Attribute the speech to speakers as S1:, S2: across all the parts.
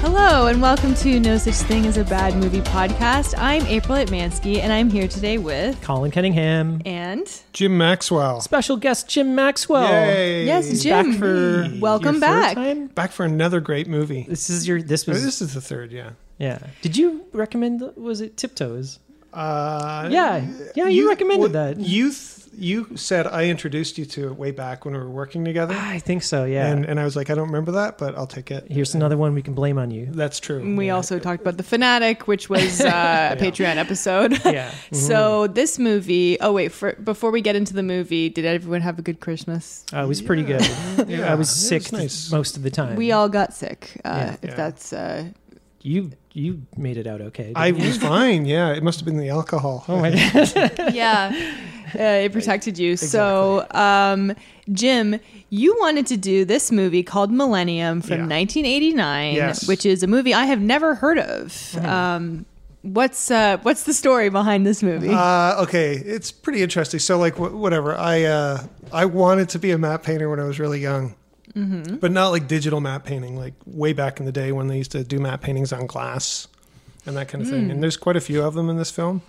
S1: Hello, and welcome to No Such Thing as a Bad Movie podcast. I'm April Atmansky, and I'm here today with
S2: Colin Cunningham.
S1: and
S3: Jim Maxwell.
S2: Special guest Jim Maxwell.
S3: Yay.
S1: yes, Jim.
S2: Back for
S1: welcome
S2: your third
S1: back.
S2: time?
S3: Back for another great movie.
S2: This is your this
S3: Oh,
S2: was
S3: this is the third, yeah.
S2: yeah. Did you recommend was it Tiptoes?
S3: Uh,
S2: Yeah. Yeah, you recommended that.
S3: You th- you said I introduced you to it way back when we were working together,
S2: Ah, I think so. Yeah.
S3: and and I was like, I don't remember that, but I'll take it.
S2: Here's another one we can blame on you.
S3: That's true.
S1: We also talked about The Fanatic, which was uh, a Patreon episode.
S2: Yeah.
S1: So this movie. Oh wait, for, before we get into the movie, did everyone have a good Christmas?
S2: Uh, it was pretty good.
S3: Yeah,
S2: I was
S3: it
S2: sick
S3: nice.
S2: most of the time.
S1: We all got sick. Uh,
S2: Yeah.
S1: If
S3: Yeah.
S1: that's uh,
S2: you you made it out okay.
S3: I
S2: didn't you?
S3: was fine. Yeah, it must have been the alcohol.
S2: Oh my god.
S1: yeah, uh, it protected you. So, um, Jim, you wanted to do this movie called Millennium from
S3: Yeah.
S1: 1989,
S3: Yes.
S1: which is a movie I have never heard of. Um, what's uh, what's the story behind this movie?
S3: Uh, okay, it's pretty interesting. So, like, wh- whatever. I uh, I wanted to be a map painter when I was really young, but not like digital map painting, like way back in the day when they used to do map paintings on glass and that kind of thing. And there's quite a few of them in this film.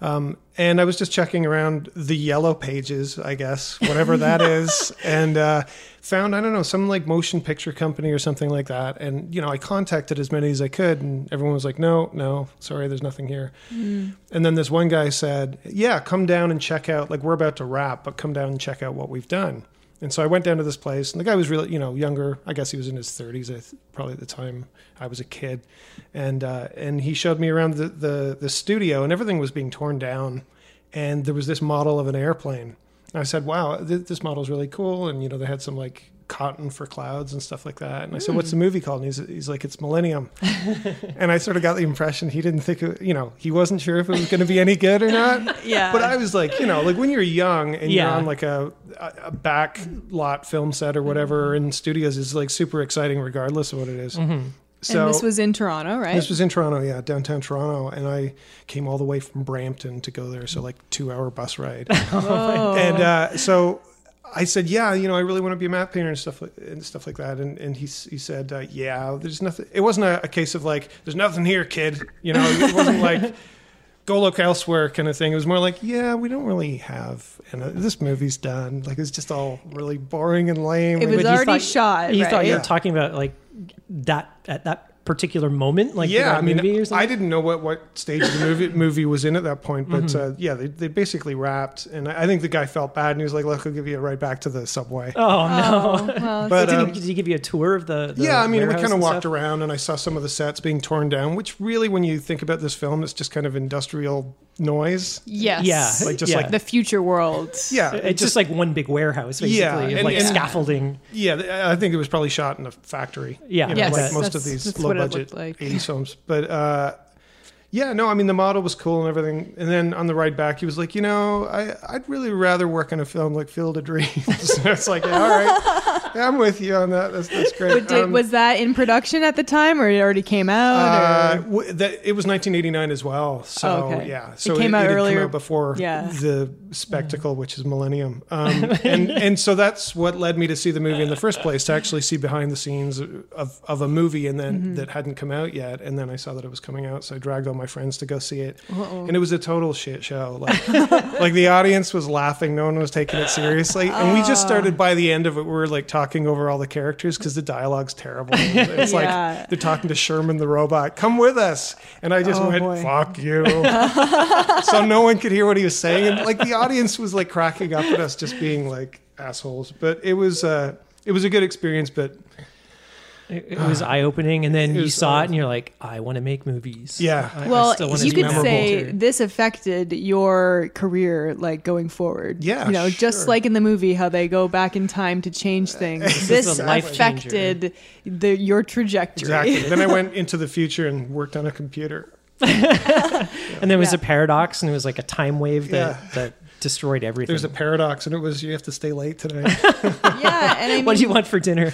S3: Um, and I was just checking around the yellow pages, I guess, whatever that is, and uh, found I don't know some like motion picture company or something like that. And you know, I contacted as many as I could, and everyone was like, "No, no, sorry, there's nothing here."
S1: Mm.
S3: And then this one guy said, "Yeah, come down and check out. Like we're about to wrap, but come down and check out what we've done." And so I went down to this place, and the guy was really, you know, younger. I guess he was in his thirties, probably at the time I was a kid, and uh, and he showed me around the, the the studio, and everything was being torn down, and there was this model of an airplane. And I said, "Wow, th- this model's really cool." And you know, they had some like cotton for clouds and stuff like that. And I said, "What's the movie called?" And he's he's like, "It's Millennium." and I sort of got the impression he didn't think, it, you know, he wasn't sure if it was going to be any good or not.
S1: Yeah.
S3: But I was like, you know, like when you're young and
S2: Yeah.
S3: you're on like a, a a back lot film set or whatever in studios is like super exciting regardless of what it is.
S2: Mm-hmm.
S1: Mm-hmm.
S3: So
S1: Mm. and this was in Toronto, right?
S3: this was in Toronto, yeah, downtown Toronto, and I came all the way from Brampton to go there, so like two hour bus ride.
S1: Oh.
S2: Oh.
S3: And uh, so I said, yeah, you know, I really want to be a map painter and stuff like, and stuff like that. And and he s- he said, uh, yeah, there's nothing. It wasn't a, a case of like, there's nothing here, kid. You know, it wasn't like. Go look elsewhere, kind of thing. It was more like, yeah, we don't really have, and uh, this movie's done. Like it's just all really boring and lame.
S1: It
S3: And-
S1: was
S2: But you
S1: already
S2: thought-
S1: shot.
S2: You thought you were
S3: right?
S2: talking about like that at that particular moment, like
S3: yeah,
S2: that
S3: I mean,
S2: movie or
S3: I
S2: something.
S3: didn't know what, what stage the movie movie was in at that point, but
S2: Mm-hmm.
S3: uh, yeah, they, they basically wrapped, and I, I think the guy felt bad, and he was like, "Look, I'll give you a ride back to the subway."
S2: oh no.
S1: Oh, well,
S3: But,
S2: did,
S3: um,
S2: he, did he give you a tour of the? the
S3: yeah, I mean, we
S2: warehouse
S3: kind of
S2: and
S3: walked
S2: stuff?
S3: around, and I saw some of the sets being torn down, which really, when you think about this film, it's just kind of industrial noise.
S1: yes.
S2: Yeah,
S3: Like, just
S2: yeah.
S3: like
S1: the future world.
S3: Yeah,
S2: It's
S3: it
S2: just, like one big warehouse, basically,
S3: Yeah,
S2: of
S3: and-
S2: like
S3: and-
S2: scaffolding.
S3: Yeah, th- I think it was probably shot in a factory.
S2: Yeah.
S3: you know,
S2: Yes,
S3: like most
S1: that's-
S3: of these
S1: that's
S3: low
S1: what it
S3: budget
S1: looked like.
S3: 80s films. But uh, yeah, no, I mean the model was cool and everything. And then on the ride back, he was like, you know, I I'd really rather work on a film like Field of Dreams. so it's like, yeah, all right, yeah, I'm with you on that. That's that's great.
S1: But did,
S3: Um,
S1: was that in production at the time, or it already came
S3: uh,
S1: out? or-
S3: w- that it was 1989 as well, so
S1: Oh, okay.
S3: yeah,
S1: It
S3: so
S1: came out
S3: had
S1: earlier-
S3: before
S1: Yeah.
S3: the spectacle, which is Millennium, um, and and so that's what led me to see the movie in the first place to actually see behind the scenes of of a movie, and then
S1: Mm-hmm.
S3: that hadn't come out yet, and then I saw that it was coming out, so I dragged all my friends to go see it, and it was a total shit show. Like like the audience was laughing, no one was taking it seriously, and we just
S1: Oh.
S3: started by the end of it, we were like talking over all the characters because the dialogue's terrible. It's
S1: Yeah.
S3: like they're talking to Sherman the robot. Come with us. And I just
S1: Oh,
S3: went,
S1: boy.
S3: fuck you. so no one could hear what he was saying. And like the audience was like cracking up at us just being like assholes. But it was uh it was a good experience, but
S2: It, it was eye opening, and then
S3: It
S2: you
S3: was-
S2: saw it, and you're like, I want to make movies.
S3: yeah.
S2: I- I
S1: well,
S2: still wanna
S1: you
S2: do
S1: could
S2: memorable.
S1: say this affected your career, like going forward.
S3: Yeah,
S1: you know,
S3: sure.
S1: just like in the movie, how they go back in time to change things.
S2: is
S1: this
S2: a life
S1: affected the, your trajectory.
S3: Exactly. then I went into the future and worked on a computer.
S2: and there was
S1: Yeah.
S2: a paradox, and it was like a time wave that that destroyed everything.
S3: There's a paradox, and it was you have to stay late today.
S1: yeah, and I mean,
S2: what do you want for dinner?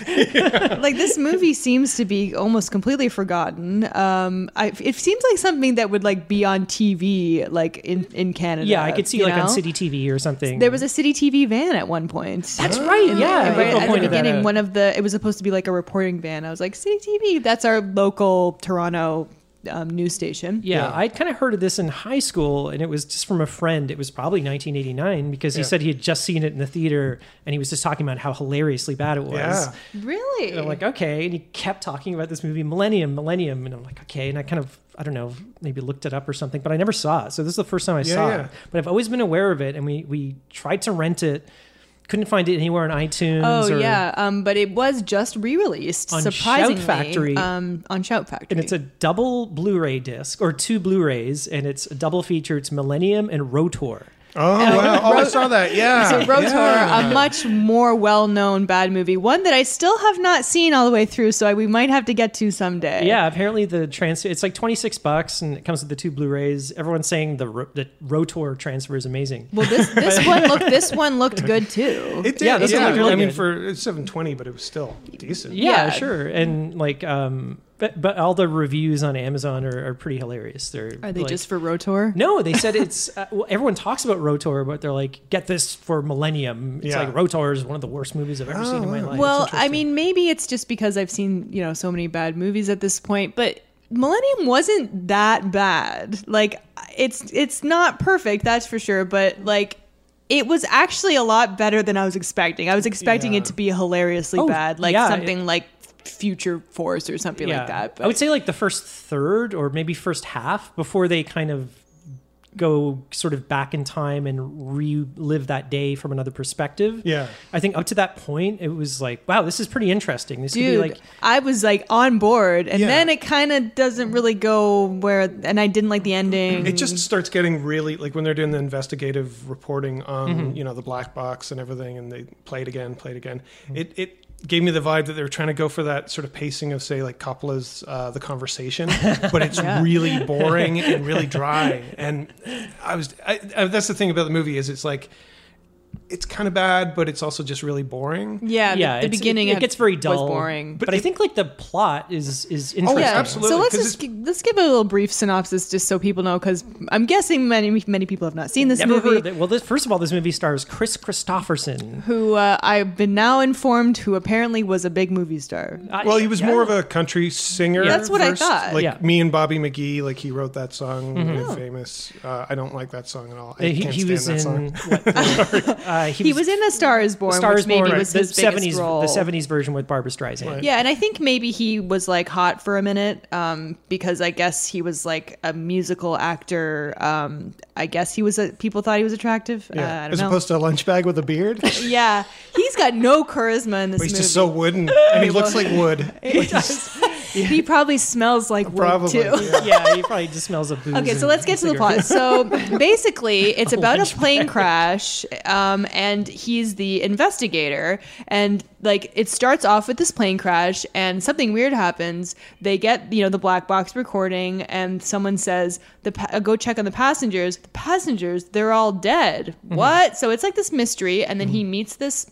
S1: like this movie seems to be almost completely forgotten. Um, I, it seems like something that would like be on TV, like in in Canada.
S2: yeah, I could see
S1: uh, you
S2: like on
S1: know?
S2: city TV or something.
S1: There was a city TV van at one point.
S2: That's right. yeah,
S1: right
S2: April
S1: at the
S2: pointed that
S1: beginning,
S2: out.
S1: one of the it was supposed to be like a reporting van. I was like, city TV. That's our local Toronto um, news station.
S2: Yeah,
S3: Yeah.
S2: I'd kind of heard of this in high school, and it was just from a friend. It was probably 1989 because he
S3: Yeah.
S2: said he had just seen it in the theater, and he was just talking about how hilariously bad it was.
S3: Yeah.
S1: Really?
S2: And I'm like, okay, and he kept talking about this movie, Millennium, Millennium, and I'm like, okay, and I kind of, I don't know, maybe looked it up or something, but I never saw it. So this is the first time I
S3: Yeah,
S2: saw
S3: yeah.
S2: it, but I've always been aware of it, and we we tried to rent it, couldn't find it anywhere on iTunes.
S1: Oh
S2: or,
S1: yeah, um, but it was just re-released
S2: On Shout
S1: surprisingly
S2: Factory.
S1: um, on Shout Factory,
S2: And it's a double Blu-ray disc or two Blu-rays, and it's a double feature. It's Millennium and Rotor.
S3: Oh wow! Oh, I saw that. Yeah,
S1: So Rotor,
S3: Yeah.
S1: a much more well-known bad movie, one that I still have not seen all the way through, so I, we might have to get to someday.
S2: Yeah, apparently the transfer it's like 26 bucks and it comes with the two Blu-rays. Everyone's saying the ro- the Rotor transfer is amazing.
S1: Well, this this one looked this one looked good too.
S3: It did.
S2: Yeah, this
S3: yeah.
S2: one looked really
S3: I mean,
S2: good.
S3: for it's 720, but it was still decent.
S2: Yeah,
S1: Yeah.
S2: sure. And like um but but all the reviews on Amazon are, are pretty hilarious. They're
S1: Are they
S2: like-
S1: just for Rotor?
S2: No, they said it's uh, well, everyone talks about Rotor, but they're like get this for Millennium. It's
S3: Yeah.
S2: like Rotor is one of the worst movies I've ever
S3: Oh,
S2: seen in my
S3: wow.
S2: life.
S1: Well,
S2: It's
S1: I
S2: interesting.
S1: mean, maybe it's just because I've seen, you know, so many bad movies at this point, but Millennium wasn't that bad. Like it's it's not perfect, that's for sure, but like it was actually a lot better than I was expecting. I was expecting
S3: Yeah.
S1: it to be hilariously
S2: Oh,
S1: bad, like
S2: yeah,
S1: something like Future Force or something like that.
S2: I would say like the first third or maybe first half before they kind of go sort of back in time and relive that day from another perspective.
S3: Yeah.
S2: I think up to that point it was like, wow, this is pretty interesting. This
S1: Dude,
S2: could be like
S1: I was like on board, and
S3: Yeah.
S1: then it kind of doesn't really go where, and I didn't like the ending.
S3: It just starts getting really like when they're doing the investigative reporting on you know the black box and everything, and they play it again, play it again. It it gave me the vibe that they were trying to go for that sort of pacing of say like Coppola's uh, The Conversation, but it's
S1: Yeah.
S3: really boring and really dry. And I was I, I, that's the thing about the movie is it's like it's kind of bad, but it's also just really boring.
S1: yeah, the-
S2: yeah,
S1: the,
S2: it's-
S1: beginning
S2: it, it
S1: of-
S2: gets very dull.
S1: was boring. Oh,
S2: But, I think like the plot is is interesting.
S3: Yeah. absolutely.
S1: So let's
S3: 'cause
S1: just, gi- let's give a little brief synopsis just so people know because I'm guessing many many people have not seen this
S2: Never
S1: movie.
S2: heard of it. Well, this, first of all, this movie stars Chris Christopherson.
S1: Who uh, I've been now informed who apparently was a big movie star.
S2: I-
S3: Well, he was
S2: Uh, yeah.
S3: more of a country singer.
S2: Yeah.
S1: That's what I
S3: first.
S1: thought. Oh.
S3: Like
S2: Yeah.
S3: me and Bobby McGee, like he wrote that song, really famous. Uh, I don't like that song at all. I
S2: Uh, he,
S3: can't
S2: he
S3: stand
S2: was
S3: that
S2: in.
S3: song.
S2: What, uh,
S1: He was in A Star Is Born,
S2: Star
S1: which
S2: is
S1: maybe
S2: Born,
S1: was
S2: the
S1: his biggest role.
S2: the seventies version with Barbara Streisand.
S3: Right.
S1: Yeah, and I think maybe he was like hot for a minute um, because I guess he was like a musical actor. Um, I guess he was a, people thought he was attractive.
S3: Yeah.
S1: Uh, I
S3: As
S1: don't know.
S3: opposed to a lunch bag with a beard. He's
S1: yeah, he's got no charisma in this movie.
S3: just so wooden, and
S1: Okay,
S3: he looks like wood.
S1: he probably smells like wood
S3: Probably.
S1: too.
S3: yeah.
S2: yeah, he probably just smells of booze.
S1: Okay, so
S2: and
S1: let's get to the plot.
S2: cigarettes.
S1: So basically, it's about a plane crash, um, and he's the investigator. And like, it starts off with this plane crash, and something weird happens. They get you know the black box recording, and someone says, "The pa- uh, go check on the passengers." The passengers, they're all dead. What? So it's like this mystery, and then he meets this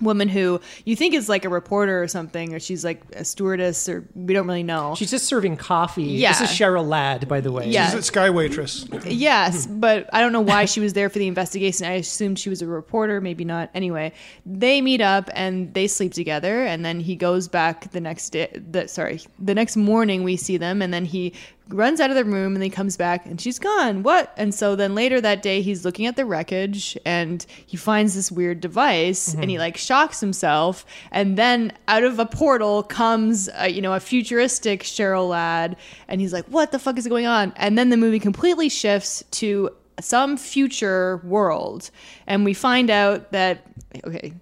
S1: woman who you think is like a reporter or something, or she's like a stewardess, or we don't really know.
S2: She's just serving coffee.
S1: Yeah.
S2: This is Cheryl Ladd, by the way.
S1: Yeah.
S3: She's a sky waitress.
S1: Yes, but I don't know why she was there for the investigation. I assumed she was a reporter, maybe not. Anyway, they meet up and they sleep together, and then he goes back the next day. The, sorry, the next morning we see them, and then he runs out of the room and he comes back and she's gone. What? And so then later that day he's looking at the wreckage and he finds this weird device and he like shocks himself, and then out of a portal comes uh, you know a futuristic Cheryl Ladd, and he's like, what the fuck is going on? And then the movie completely shifts to some future world, and we find out that okay.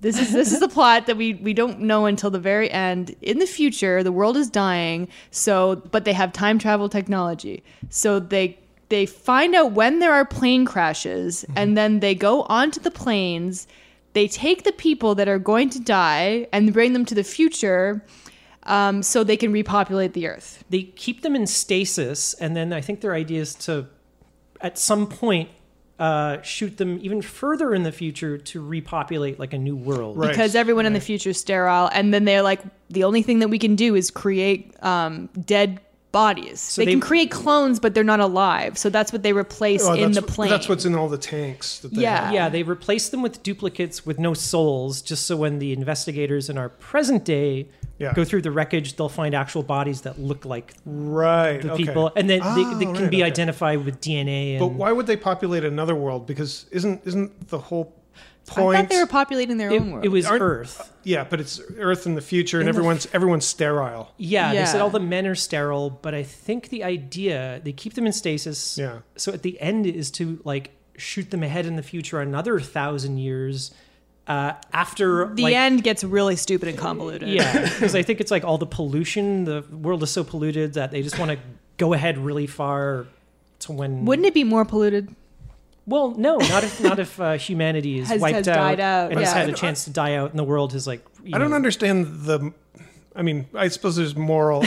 S1: This is this is the plot that we we don't know until the very end. In the future, the world is dying, so but they have time travel technology. So they they find out when there are plane crashes and then they go onto the planes. They take the people that are going to die and bring them to the future um, so they can repopulate the earth.
S2: They keep them in stasis, and then I think their idea is to, at some point, uh, shoot them even further in the future to repopulate like a new world.
S3: Right.
S1: because everyone in the future is sterile and then they're like the only thing that we can do is create um, dead bodies they,
S2: they-
S1: can create clones but they're not alive so that's what they replace
S3: Oh,
S1: in
S3: that's
S1: the
S3: what-
S1: plane
S3: That's what's in all the tanks. That they
S1: Yeah.
S2: Yeah, they replaced them with duplicates with no souls, just so when the investigators in our present day
S3: Yeah.
S2: go through the wreckage, they'll find actual bodies that look like
S3: Right.
S2: the
S3: okay.
S2: people, and then
S3: Ah,
S2: they, they can
S3: right,
S2: be
S3: okay.
S2: identified with DNA. And
S3: But why would they populate another world? Because isn't isn't the whole
S1: i
S3: point?
S1: thought they were populating their own world
S2: it, it was
S3: Aren't-
S2: Earth.
S3: yeah, but it's Earth in the future, and
S2: In the
S3: everyone's everyone's sterile.
S2: Yeah, they said
S1: Yeah.
S2: all the men are sterile, but I think the idea they keep them in stasis.
S3: Yeah.
S2: So at the end is to like shoot them ahead in the future another thousand years uh, after
S1: the
S2: like,
S1: end gets really stupid and convoluted
S2: Yeah, because I think it's like all the pollution. The world is so polluted that they just want to go ahead really far to when.
S1: wouldn't it be more polluted
S2: Well, no, not if not if uh, humanity is
S1: Has-
S2: wiped
S1: has
S2: out,
S1: died out,
S2: and has
S1: yeah.
S2: had a chance to die out, and the world has like. you
S3: I don't
S2: know,
S3: understand the. I mean, I suppose there's moral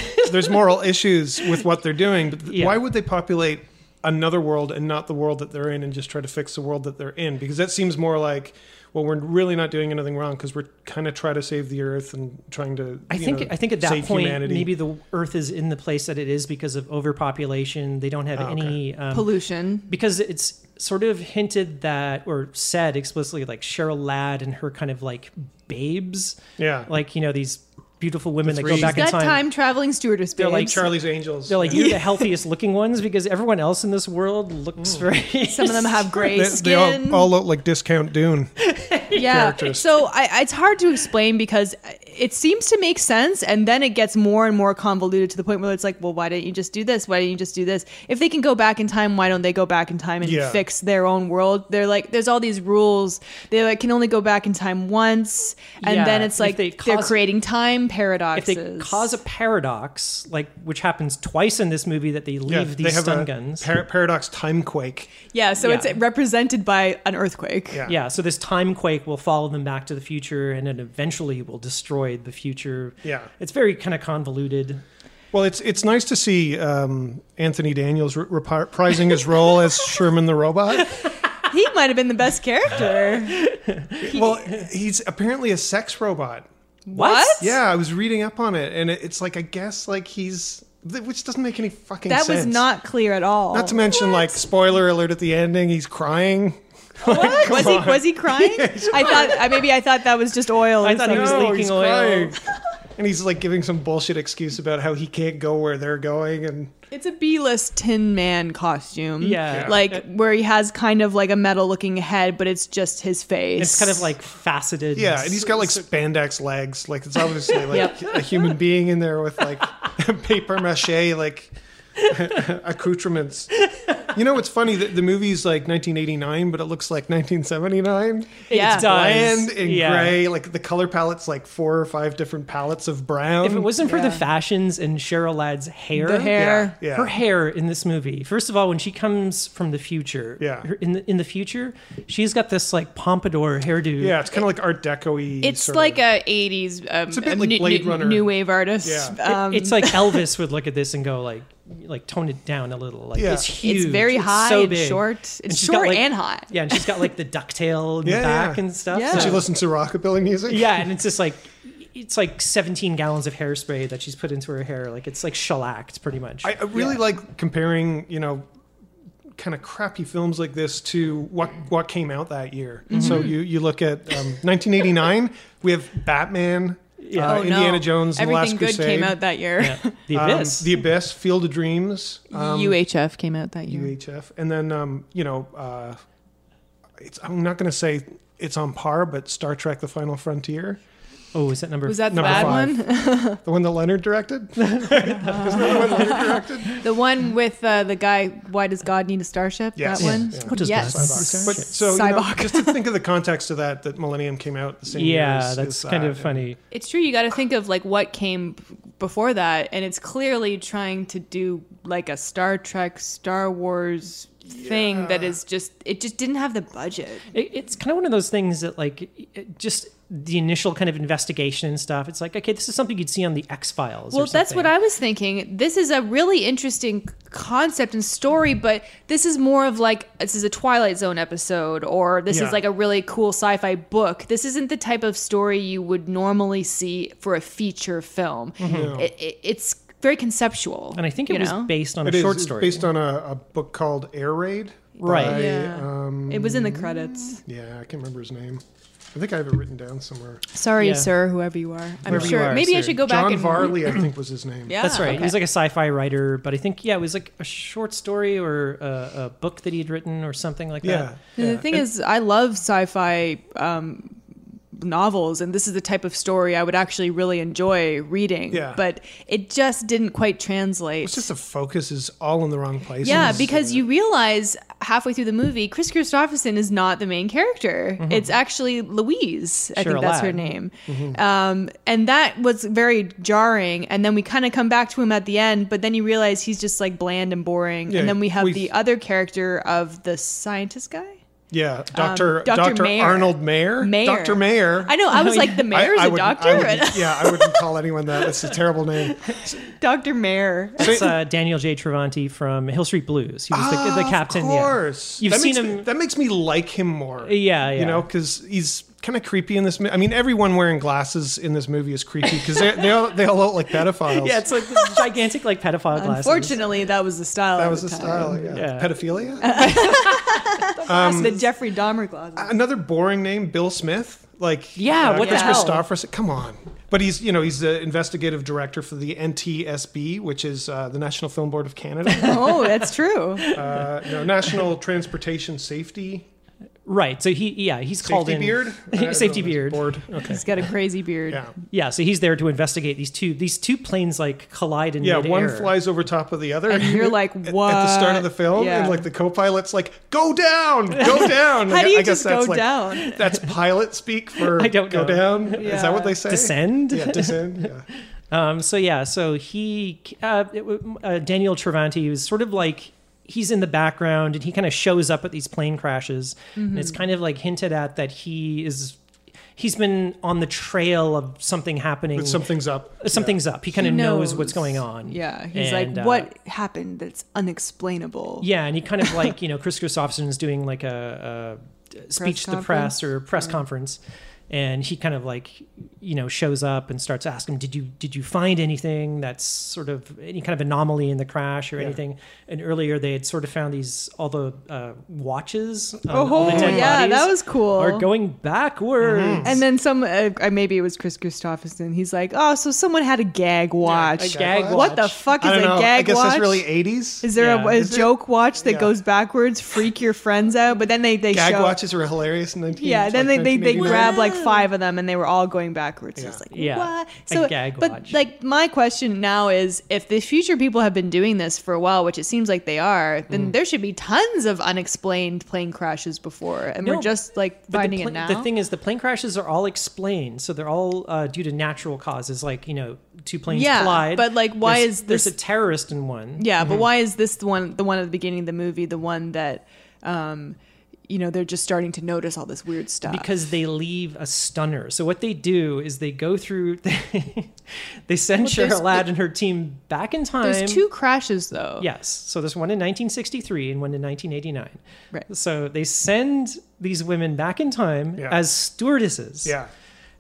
S3: there's moral issues with what they're doing, but th-
S2: Yeah.
S3: why would they populate another world and not the world that they're in and just try to fix the world that they're in? Because that seems more like well, we're really not doing anything wrong because we're kind of trying to save the earth and trying to.
S2: I
S3: you
S2: think
S3: know,
S2: I think at that
S3: save
S2: point
S3: humanity.
S2: maybe the Earth is in the place that it is because of overpopulation. They don't have
S3: Oh, okay.
S2: any um,
S1: pollution
S2: because it's sort of hinted that or said explicitly like Cheryl Ladd and her kind of like babes,
S3: yeah,
S2: like you know these beautiful women
S3: The
S2: that go
S3: three-
S2: back in
S1: that
S2: time.
S1: time traveling stewardess
S2: They're like
S1: babes.
S3: Charlie's Angels.
S2: They're like
S3: yeah.
S2: you're the healthiest looking ones because everyone else in this world looks
S3: Mm.
S2: very.
S1: some of them have gray
S3: they,
S1: skin
S3: they all, all look like Discount Dune.
S1: yeah.
S3: characters.
S1: So I, I- it's hard to explain because it seems to make sense, and then it gets more and more convoluted to the point where it's like, well, why didn't you just do this? Why didn't you just do this? If they can go back in time, why don't they go back in time and
S3: Yeah.
S1: fix their own world? They're like, there's all these rules. They like can only go back in time once, and
S2: Yeah.
S1: then it's
S2: If
S1: like
S2: they
S1: they are
S2: cause-
S1: creating time
S2: If
S1: paradoxes.
S2: they cause a paradox, like which happens twice in this movie, that they leave
S3: Yeah,
S2: these
S3: they have
S2: stun
S3: a
S2: guns.
S3: par- paradox time quake.
S1: yeah, so
S2: Yeah.
S1: it's represented by an earthquake.
S3: Yeah.
S2: yeah, so this time quake will follow them back to the future, and it eventually will destroy the future.
S3: Yeah.
S2: it's very kind of convoluted.
S3: Well, it's it's nice to see um, Anthony Daniels re- reprising his role as Sherman the robot.
S1: He might have been the best character.
S3: Well, he's apparently a sex robot.
S1: What?
S3: Yeah, I was reading up on it, and it, it's like I guess like he's th- which doesn't make any fucking
S1: That was
S3: sense.
S1: not clear at all.
S3: Not to mention, like, spoiler alert at the ending, he's crying.
S1: What? was
S3: on.
S1: he was he crying? I thought I, maybe I thought that was just oil.
S2: I
S1: or
S2: thought he was
S1: something.
S2: leaking oil.
S3: and he's like giving some bullshit excuse about how he can't go where they're going, and
S1: It's a B-list Tin Man costume.
S2: Yeah. Yeah.
S1: like where he has kind of like a metal-looking head, but it's just his face.
S2: It's kind of like faceted.
S3: yeah, and he's got like spandex legs, like it's obviously like a human being in there with like paper mache like accoutrements. You know, it's funny that the movie's like 1989, but it looks like 1979.
S2: It
S1: Yeah.
S2: does.
S3: bland and
S2: Yeah.
S3: gray. Like the color palette's like four or five different palettes of brown.
S2: If it wasn't for
S1: Yeah.
S2: the fashions and Cheryl Ladd's hair,
S1: the hair.
S3: Yeah.
S2: her hair in this movie. First of all, when she comes from the future,
S3: Yeah.
S2: her- in the, in the future, she's got this like pompadour hairdo.
S3: yeah, it's kind of like Art Deco y.
S1: It's like a '80s. Um,
S3: a bit like Blade Runner.
S1: new wave artist.
S3: Yeah.
S2: It-
S1: Um,
S2: it's like Elvis would look at this and go like, like tone it down a little. Like
S3: Yeah.
S2: it's huge.
S1: it's very high
S2: so
S1: and
S2: big.
S1: short. It's
S2: And she's got,
S1: short
S2: like-
S1: and hot.
S2: Yeah, and she's got like the ducktail in the
S3: Yeah,
S2: back
S3: yeah.
S2: and stuff.
S1: Yeah.
S3: Did
S1: So
S3: you
S1: she
S3: listen to rockabilly music?
S2: yeah, and it's just like. It's like 17 gallons of hairspray that she's put into her hair. Like it's like shellacked, pretty much.
S3: I I really like comparing, you know, kind of crappy films like this to what what came out that year.
S1: Mm-hmm.
S3: So you you look at um, 1989, we have Batman,
S2: Yeah.
S3: uh,
S1: Oh, no.
S3: Indiana Jones, and The
S1: Everything
S3: Last
S1: good
S3: Crusade.
S1: came out that year.
S2: Yeah. The
S3: Um,
S2: abyss.
S3: The Abyss, Field of Dreams, um,
S1: UHF came out that year.
S3: UHF, and then um, you know, uh, it's I'm not going to say it's on par, but Star Trek: The Final Frontier,
S2: oh, is that number?
S1: Was that the
S3: Number
S1: bad
S3: five.
S1: one?
S3: the one that Leonard directed. Isn't that the one Leonard directed?
S1: the one with uh, the guy? Why does God need a starship?
S3: Yes.
S1: That one.
S3: Yeah.
S2: What does
S1: yes.
S2: Cyborg
S3: But so you know,
S1: Cyborg.
S3: just to think of the context of that, that Millennium came out the same year.
S2: yeah,
S3: as- uh,
S2: that's
S3: as
S2: kind
S3: that.
S2: of funny.
S1: It's true. You got to think of like what came b- before that, and it's clearly trying to do like a Star Trek, Star Wars thing that is just it just didn't have the budget.
S2: It, it's kind of one of those things that, like, it just the initial kind of investigation and stuff. It's like, okay, this is something you'd see on the X Files.
S1: Well, that's what I was thinking. This is a really interesting concept and story, but this is more of like this is a Twilight Zone episode, or this
S3: Yeah.
S1: is like a really cool sci-fi book. This isn't the type of story you would normally see for a feature film.
S2: Hmm.
S1: It, it, it's very conceptual,
S2: Mm-hmm. and I think it
S1: you
S2: was
S1: know?
S2: based on
S3: It
S2: a
S3: is
S2: short
S3: it's
S2: story.
S3: based on a, a book called Air Raid.
S2: Right.
S3: by,
S1: Yeah.
S3: Um,
S1: It was in the credits.
S3: yeah, I can't remember his name. I think I have it written down somewhere.
S1: Sorry,
S2: Yeah.
S1: sir, whoever you are. I'm
S2: Whoever you
S1: sure.
S2: are,
S1: maybe I
S2: sir.
S1: should go back
S3: John
S1: and
S3: Varley, I think, was his name.
S1: Yeah,
S2: That's right. He
S1: okay.
S2: was like a sci-fi writer, but I think yeah, it was like a short story or a, a book that he'd written or something like
S3: Yeah.
S2: that.
S1: The thing is, I love sci-fi um, novels, and this is the type of story I would actually really enjoy reading.
S3: Yeah.
S1: But it just didn't quite translate.
S3: It's just the focus is all in the wrong places.
S1: yeah, because you realize halfway through the movie, Chris Christopherson is not the main character.
S3: Mm-hmm.
S1: It's actually Louise. I
S2: Cheryl
S1: think that's her
S2: Ladd.
S1: name.
S3: Mm-hmm.
S1: Um, and that was very jarring. And then we kind of come back to him at the end, but then you realize he's just like bland and boring.
S3: Yeah,
S1: and then we have
S3: we've-
S1: the other character of the scientist guy.
S3: yeah, Doctor
S1: Dr.
S3: Doctor
S1: um, Mayer.
S3: Arnold Mayer,
S1: Mayor.
S3: Doctor Mayer.
S1: I know. I was like, the mayor's
S3: I- I
S1: a
S3: wouldn't-
S1: doctor?
S3: I wouldn't- yeah, I wouldn't call anyone that. That's a terrible name.
S1: Dr. Mayor.
S2: That's uh, Daniel J. Travanti from Hill Street Blues. He was the, the captain.
S3: Ah, Of course.
S2: Yeah. You've
S3: that
S2: seen
S3: makes
S2: him.
S3: Me, that makes me like him more.
S2: Yeah, yeah.
S3: You know, because he's kind of creepy in this. mo- I mean, everyone wearing glasses in this movie is creepy because they they all they all look like pedophiles.
S2: yeah, it's like this gigantic like pedophile glasses.
S1: Unfortunately, that was the style.
S3: that
S1: at
S3: was the
S1: time.
S3: style. Yeah.
S2: Yeah.
S3: Pedophilia.
S1: That's
S3: um,
S1: the Jeffrey Dahmer glasses.
S3: Another boring name, Bill Smith. Like
S2: Yeah,
S3: uh,
S2: what the
S3: Chris
S2: hell?
S3: Christopherson. Come on. But he's you know he's the investigative director for the NTSB, which is uh, the National Film Board of Canada,
S1: oh, that's true.
S3: uh, you know, National Transportation Safety
S2: Right. So he yeah he's called
S3: Safety
S2: in.
S3: Beard. Uh, I don't
S2: Safety
S3: know, it's
S2: Beard.
S3: Board. Okay.
S1: He's got a crazy beard.
S3: Yeah.
S2: Yeah. So he's there to investigate these two these two planes like collide in
S3: Yeah,
S2: midair.
S3: one flies over top of the other.
S1: And you're like,
S3: At-
S1: what?
S3: At the start of the film,
S1: Yeah.
S3: and like the co-pilot's like, "Go down, go down."
S1: How do
S3: I
S1: you
S3: guess
S1: just
S3: that's
S1: go
S3: like,
S1: down?
S3: That's pilot speak for
S2: I don't
S3: go
S2: know.
S3: down. Is that
S1: Yeah.
S3: what they say?
S2: descend.
S3: Yeah, descend. Yeah.
S2: Um, so yeah, so he uh, it w- uh, Daniel Travanti was sort of like he's in the background and he kind of shows up at these plane crashes,
S3: Mm-hmm.
S2: and it's kind of like hinted at that he is he's been on the trail of something happening.
S3: But something's up.
S2: Something's up. He kind of
S1: He
S2: knows.
S1: knows.
S2: what's going on.
S1: Yeah. He's
S2: And,
S1: like,
S2: uh,
S1: what happened that's unexplainable?
S2: Yeah, and he kind of like you know Chris Christopherson is doing like a, a speech to the press
S1: conference?
S2: or press conference, and he kind of like you know shows up and starts asking, "Did you did you find anything that's sort of any kind of anomaly in the crash or
S3: Yeah.
S2: anything?" And earlier they had sort of found these all the uh, watches. on all
S1: Oh,
S2: the dead
S1: yeah,
S2: bodies
S1: that was cool.
S2: Are going backwards.
S1: and then some, uh, uh, maybe it was Chris Christopherson. He's like, oh, so someone had a gag watch.
S2: a gag watch.
S1: What the fuck is
S3: I don't know.
S1: a
S3: I
S1: gag
S3: guess
S1: watch?
S3: that's really '80s.
S1: is there a-
S2: Yeah.
S1: a,
S2: Is
S3: it-
S1: joke watch that
S3: Yeah.
S1: goes backwards? Freak your friends out, but then they they
S3: Gag
S1: show
S3: watches were hilarious in 19.
S1: Yeah, then
S3: like
S1: they, they, they
S3: 1989.
S1: grab like five of them and they were all going backwards. So it's like,
S2: Yeah.
S1: what?
S2: A
S1: So,
S2: gag
S1: but
S2: watch.
S1: like my question now is if the future people have been doing this for a while, which it seems like they are,
S2: Mm.
S1: then there should be tons of unexplained plane crashes before. And
S2: No,
S1: we're just like
S2: But
S1: finding
S2: the,
S1: it now.
S2: pla- the thing is, the plane crashes are all explained, so they're all uh, due to natural causes, like you know, two planes
S1: Yeah,
S2: collide.
S1: but, like, why
S2: There's-
S1: is
S2: There's
S1: this-
S2: a terrorist in one.
S1: yeah, but why is this the one, the one at the beginning of the movie, the one that, um, you know, they're just starting to notice all this weird stuff?
S2: because they leave a stunner. So what they do is they go through, they, send
S1: Well, there's-
S2: Cheryl Ladd and her team back in time.
S1: there's two crashes though.
S2: Yes. So there's one in 1963 and one in 1989.
S1: Right.
S2: So they send these women back in time
S3: Yeah.
S2: as stewardesses.
S3: Yeah.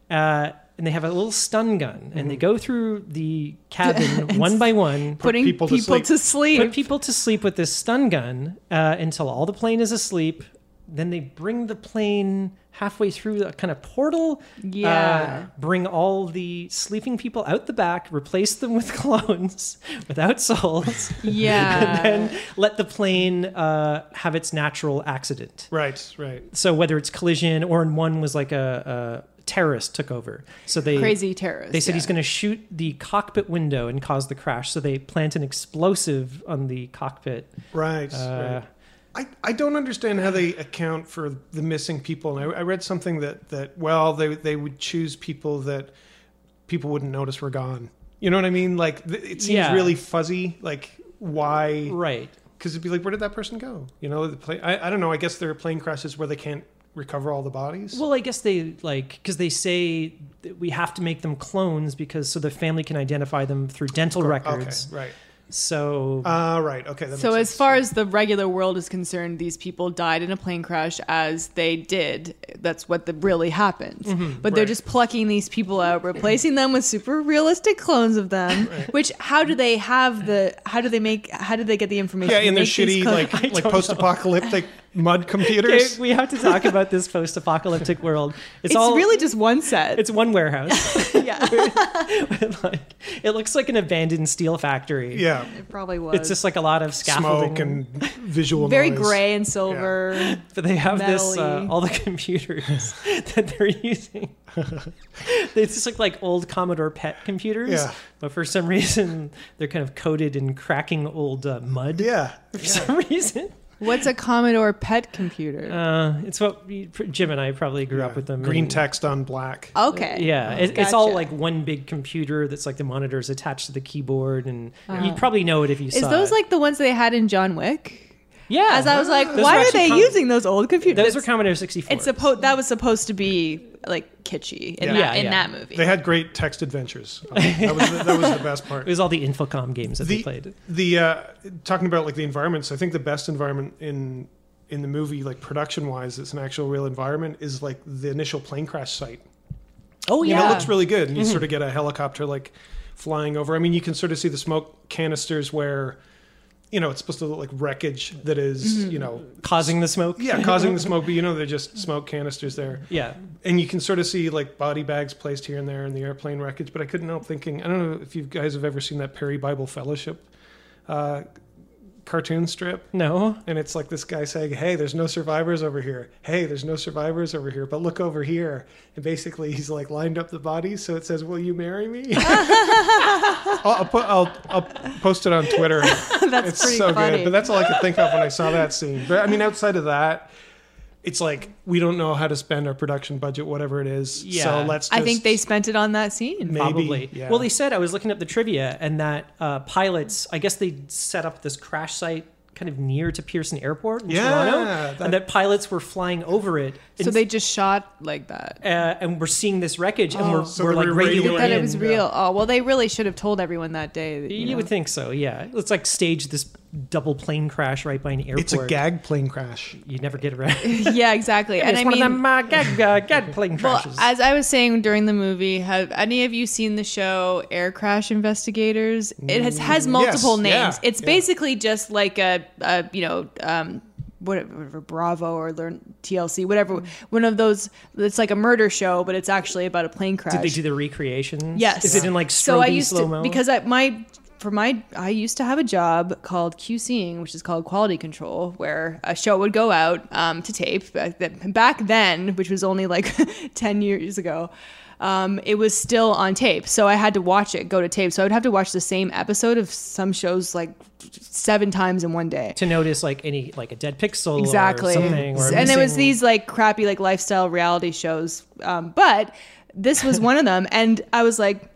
S2: Uh, and they have a little stun gun, and they
S1: Mm-hmm.
S2: go through the cabin one by one.
S1: Putting
S3: people
S1: people,
S3: to sleep.
S1: to sleep.
S2: Put people to sleep with this stun gun uh, until all the plane is asleep. Then they bring the plane halfway through a kind of portal.
S1: Yeah.
S2: uh, bring all the sleeping people out the back, replace them with clones without souls,
S1: yeah.
S2: and let the plane uh, have its natural accident.
S3: Right. Right.
S2: So whether it's collision or in one was like a, a terrorist took over. So they
S1: Crazy terrorists.
S2: they said he's
S1: yeah.
S2: going to shoot the cockpit window and cause the crash. So they plant an explosive on the cockpit.
S3: Right.
S1: Uh,
S3: right. I, I don't understand how they account for the missing people. And I, I read something that, that well, they, they would choose people that people wouldn't notice were gone. You know what I mean? Like, th- it seems
S2: Yeah.
S3: really fuzzy. Like, why?
S2: Uh, Right.
S3: because it'd be like, where did that person go? You know, the plane. I, I don't know. I guess there are plane crashes where they can't recover all the bodies.
S2: Well, I guess they like because they say that we have to make them clones because so the family can identify them through dental records.
S3: Okay, right.
S2: So
S3: Uh, right. Okay. That
S1: So
S3: makes
S1: as
S3: sense.
S1: far as the regular world is concerned, these people died in a plane crash as they did. That's what the, really happened.
S2: Mm-hmm.
S1: but they're
S3: right.
S1: just plucking these people out, replacing them with super realistic clones of them. Which how do they have the? How do they make? How do they get the information?
S3: yeah,
S1: to
S3: in their
S1: make these
S3: shitty
S1: clones?
S3: like like post apocalyptic mud
S2: Okay,
S3: computers.
S2: we have to talk about this post-apocalyptic world. It's,
S1: it's
S2: all
S1: really just one set.
S2: it's one warehouse.
S1: yeah, it
S2: like, it looks like an abandoned steel factory.
S3: yeah,
S1: probably was.
S2: It's just like a lot of scaffolding.
S3: smoke and visual.
S1: very
S3: noise.
S1: gray and silver.
S2: But they have this uh,
S1: Metal-y.
S2: all the computers that they're using. they just look like old Commodore PET computers,
S3: Yeah.
S2: but for some reason they're kind of coated in cracking old uh, mud.
S3: Yeah.
S2: For some reason,
S1: What's a Commodore PET computer?
S2: uh, it's what we, Jim and I probably grew up with them.
S3: Green
S2: and-
S3: text on black.
S2: Uh,
S1: okay.
S2: Yeah, it, it's all
S1: Gotcha.
S2: like one big computer that's like the monitor's attached to the keyboard, and you'd probably know it if you
S1: Is
S2: saw.
S1: those
S2: it.
S1: like the ones they had in John Wick?
S2: yeah?
S1: As I was like,
S2: Those
S1: why
S2: were
S1: are
S2: actually
S1: they
S2: com-
S1: using those old computers?
S2: Those were Commodore sixty four.
S1: it's supposed that was supposed to be like kitschy in
S3: Yeah.
S1: that
S2: Yeah,
S1: in
S2: yeah.
S1: that movie.
S3: They had great text adventures. That was the, that was the best part.
S2: it was all the Infocom games that they played.
S3: The uh, talking about like the environments, I think the best environment in in the movie, like production wise, it's an actual real environment, is like the initial plane crash site.
S2: Oh
S3: You
S2: yeah, Mm-hmm.
S3: know, it looks really good, and you sort of get a helicopter like flying over. I mean, you can sort of see the smoke canisters where. You know, it's supposed to look like wreckage that is,
S2: Mm-hmm.
S3: you know,
S2: causing the smoke.
S3: yeah, causing the smoke, but you know, they're just smoke canisters there.
S2: Yeah.
S3: and you can sort of see like body bags placed here and there in the airplane wreckage. But I couldn't help thinking, I don't know if you guys have ever seen that Perry Bible Fellowship uh, cartoon strip.
S2: No.
S3: And it's like this guy saying, Hey, there's no survivors over here. Hey, there's no survivors over here, but look over here. And basically, he's like lined up the bodies. So it says, Will you marry me? I'll, I'll, put, I'll, I'll post it on Twitter.
S1: that's
S3: it's
S1: pretty
S3: so
S1: funny.
S3: good. But that's all I could think of when I saw that scene. But I mean, outside of that, it's like we don't know how to spend our production budget, whatever it is.
S2: Yeah.
S3: So let's. Just,
S1: I think they spent it on that scene.
S3: Maybe,
S2: Probably.
S3: yeah.
S2: Well, they said I was looking up the trivia, and that uh, pilots, I guess they set up this crash site kind of near to Pearson Airport in
S3: Yeah,
S2: Toronto,
S3: that-
S2: and that pilots were flying over it.
S1: So
S2: and-
S1: they just shot like that.
S2: uh, and we're seeing this wreckage, and
S3: Oh,
S2: we're,
S3: so
S2: we're
S3: they
S2: like
S3: were
S2: radioing.
S3: radioing
S1: That it
S2: in.
S1: was
S3: Yeah.
S1: real. Oh well, they really should have told everyone that day. That,
S2: You,
S1: you know.
S2: would think so, yeah. It's like staged this double plane crash right by an airport.
S3: It's a gag plane crash.
S2: You never get it right.
S1: yeah, exactly. and
S2: it's
S1: I
S2: one
S1: mean,
S2: of them uh, gag, uh, gag plane
S1: well,
S2: crashes.
S1: as I was saying during the movie, have any of you seen the show Air Crash Investigators? It has, has multiple
S3: Mm, yes, yeah,
S1: names. it's
S3: yeah.
S1: basically just like a, a you know, um, whatever, whatever, Bravo or Learn TLC, whatever.
S3: Mm.
S1: One of those. It's like a murder show, but it's actually about a plane crash.
S2: Did they do the recreations?
S1: Yes.
S2: Is it in like
S1: so I
S2: stroby
S1: used
S2: slow mo?
S1: to because I my for my I used to have a job called QCing, which is called quality control, where a show would go out um, to tape back then, back then, which was only like ten years ago. Um, it was still on tape, so I had to watch it go to tape. So I would have to watch the same episode of some shows like seven times in one day
S2: to notice like any like a dead pixel
S1: exactly
S2: or something or a
S1: and there was
S2: missing-
S1: these like crappy like lifestyle reality shows um, but this was one of them and i was like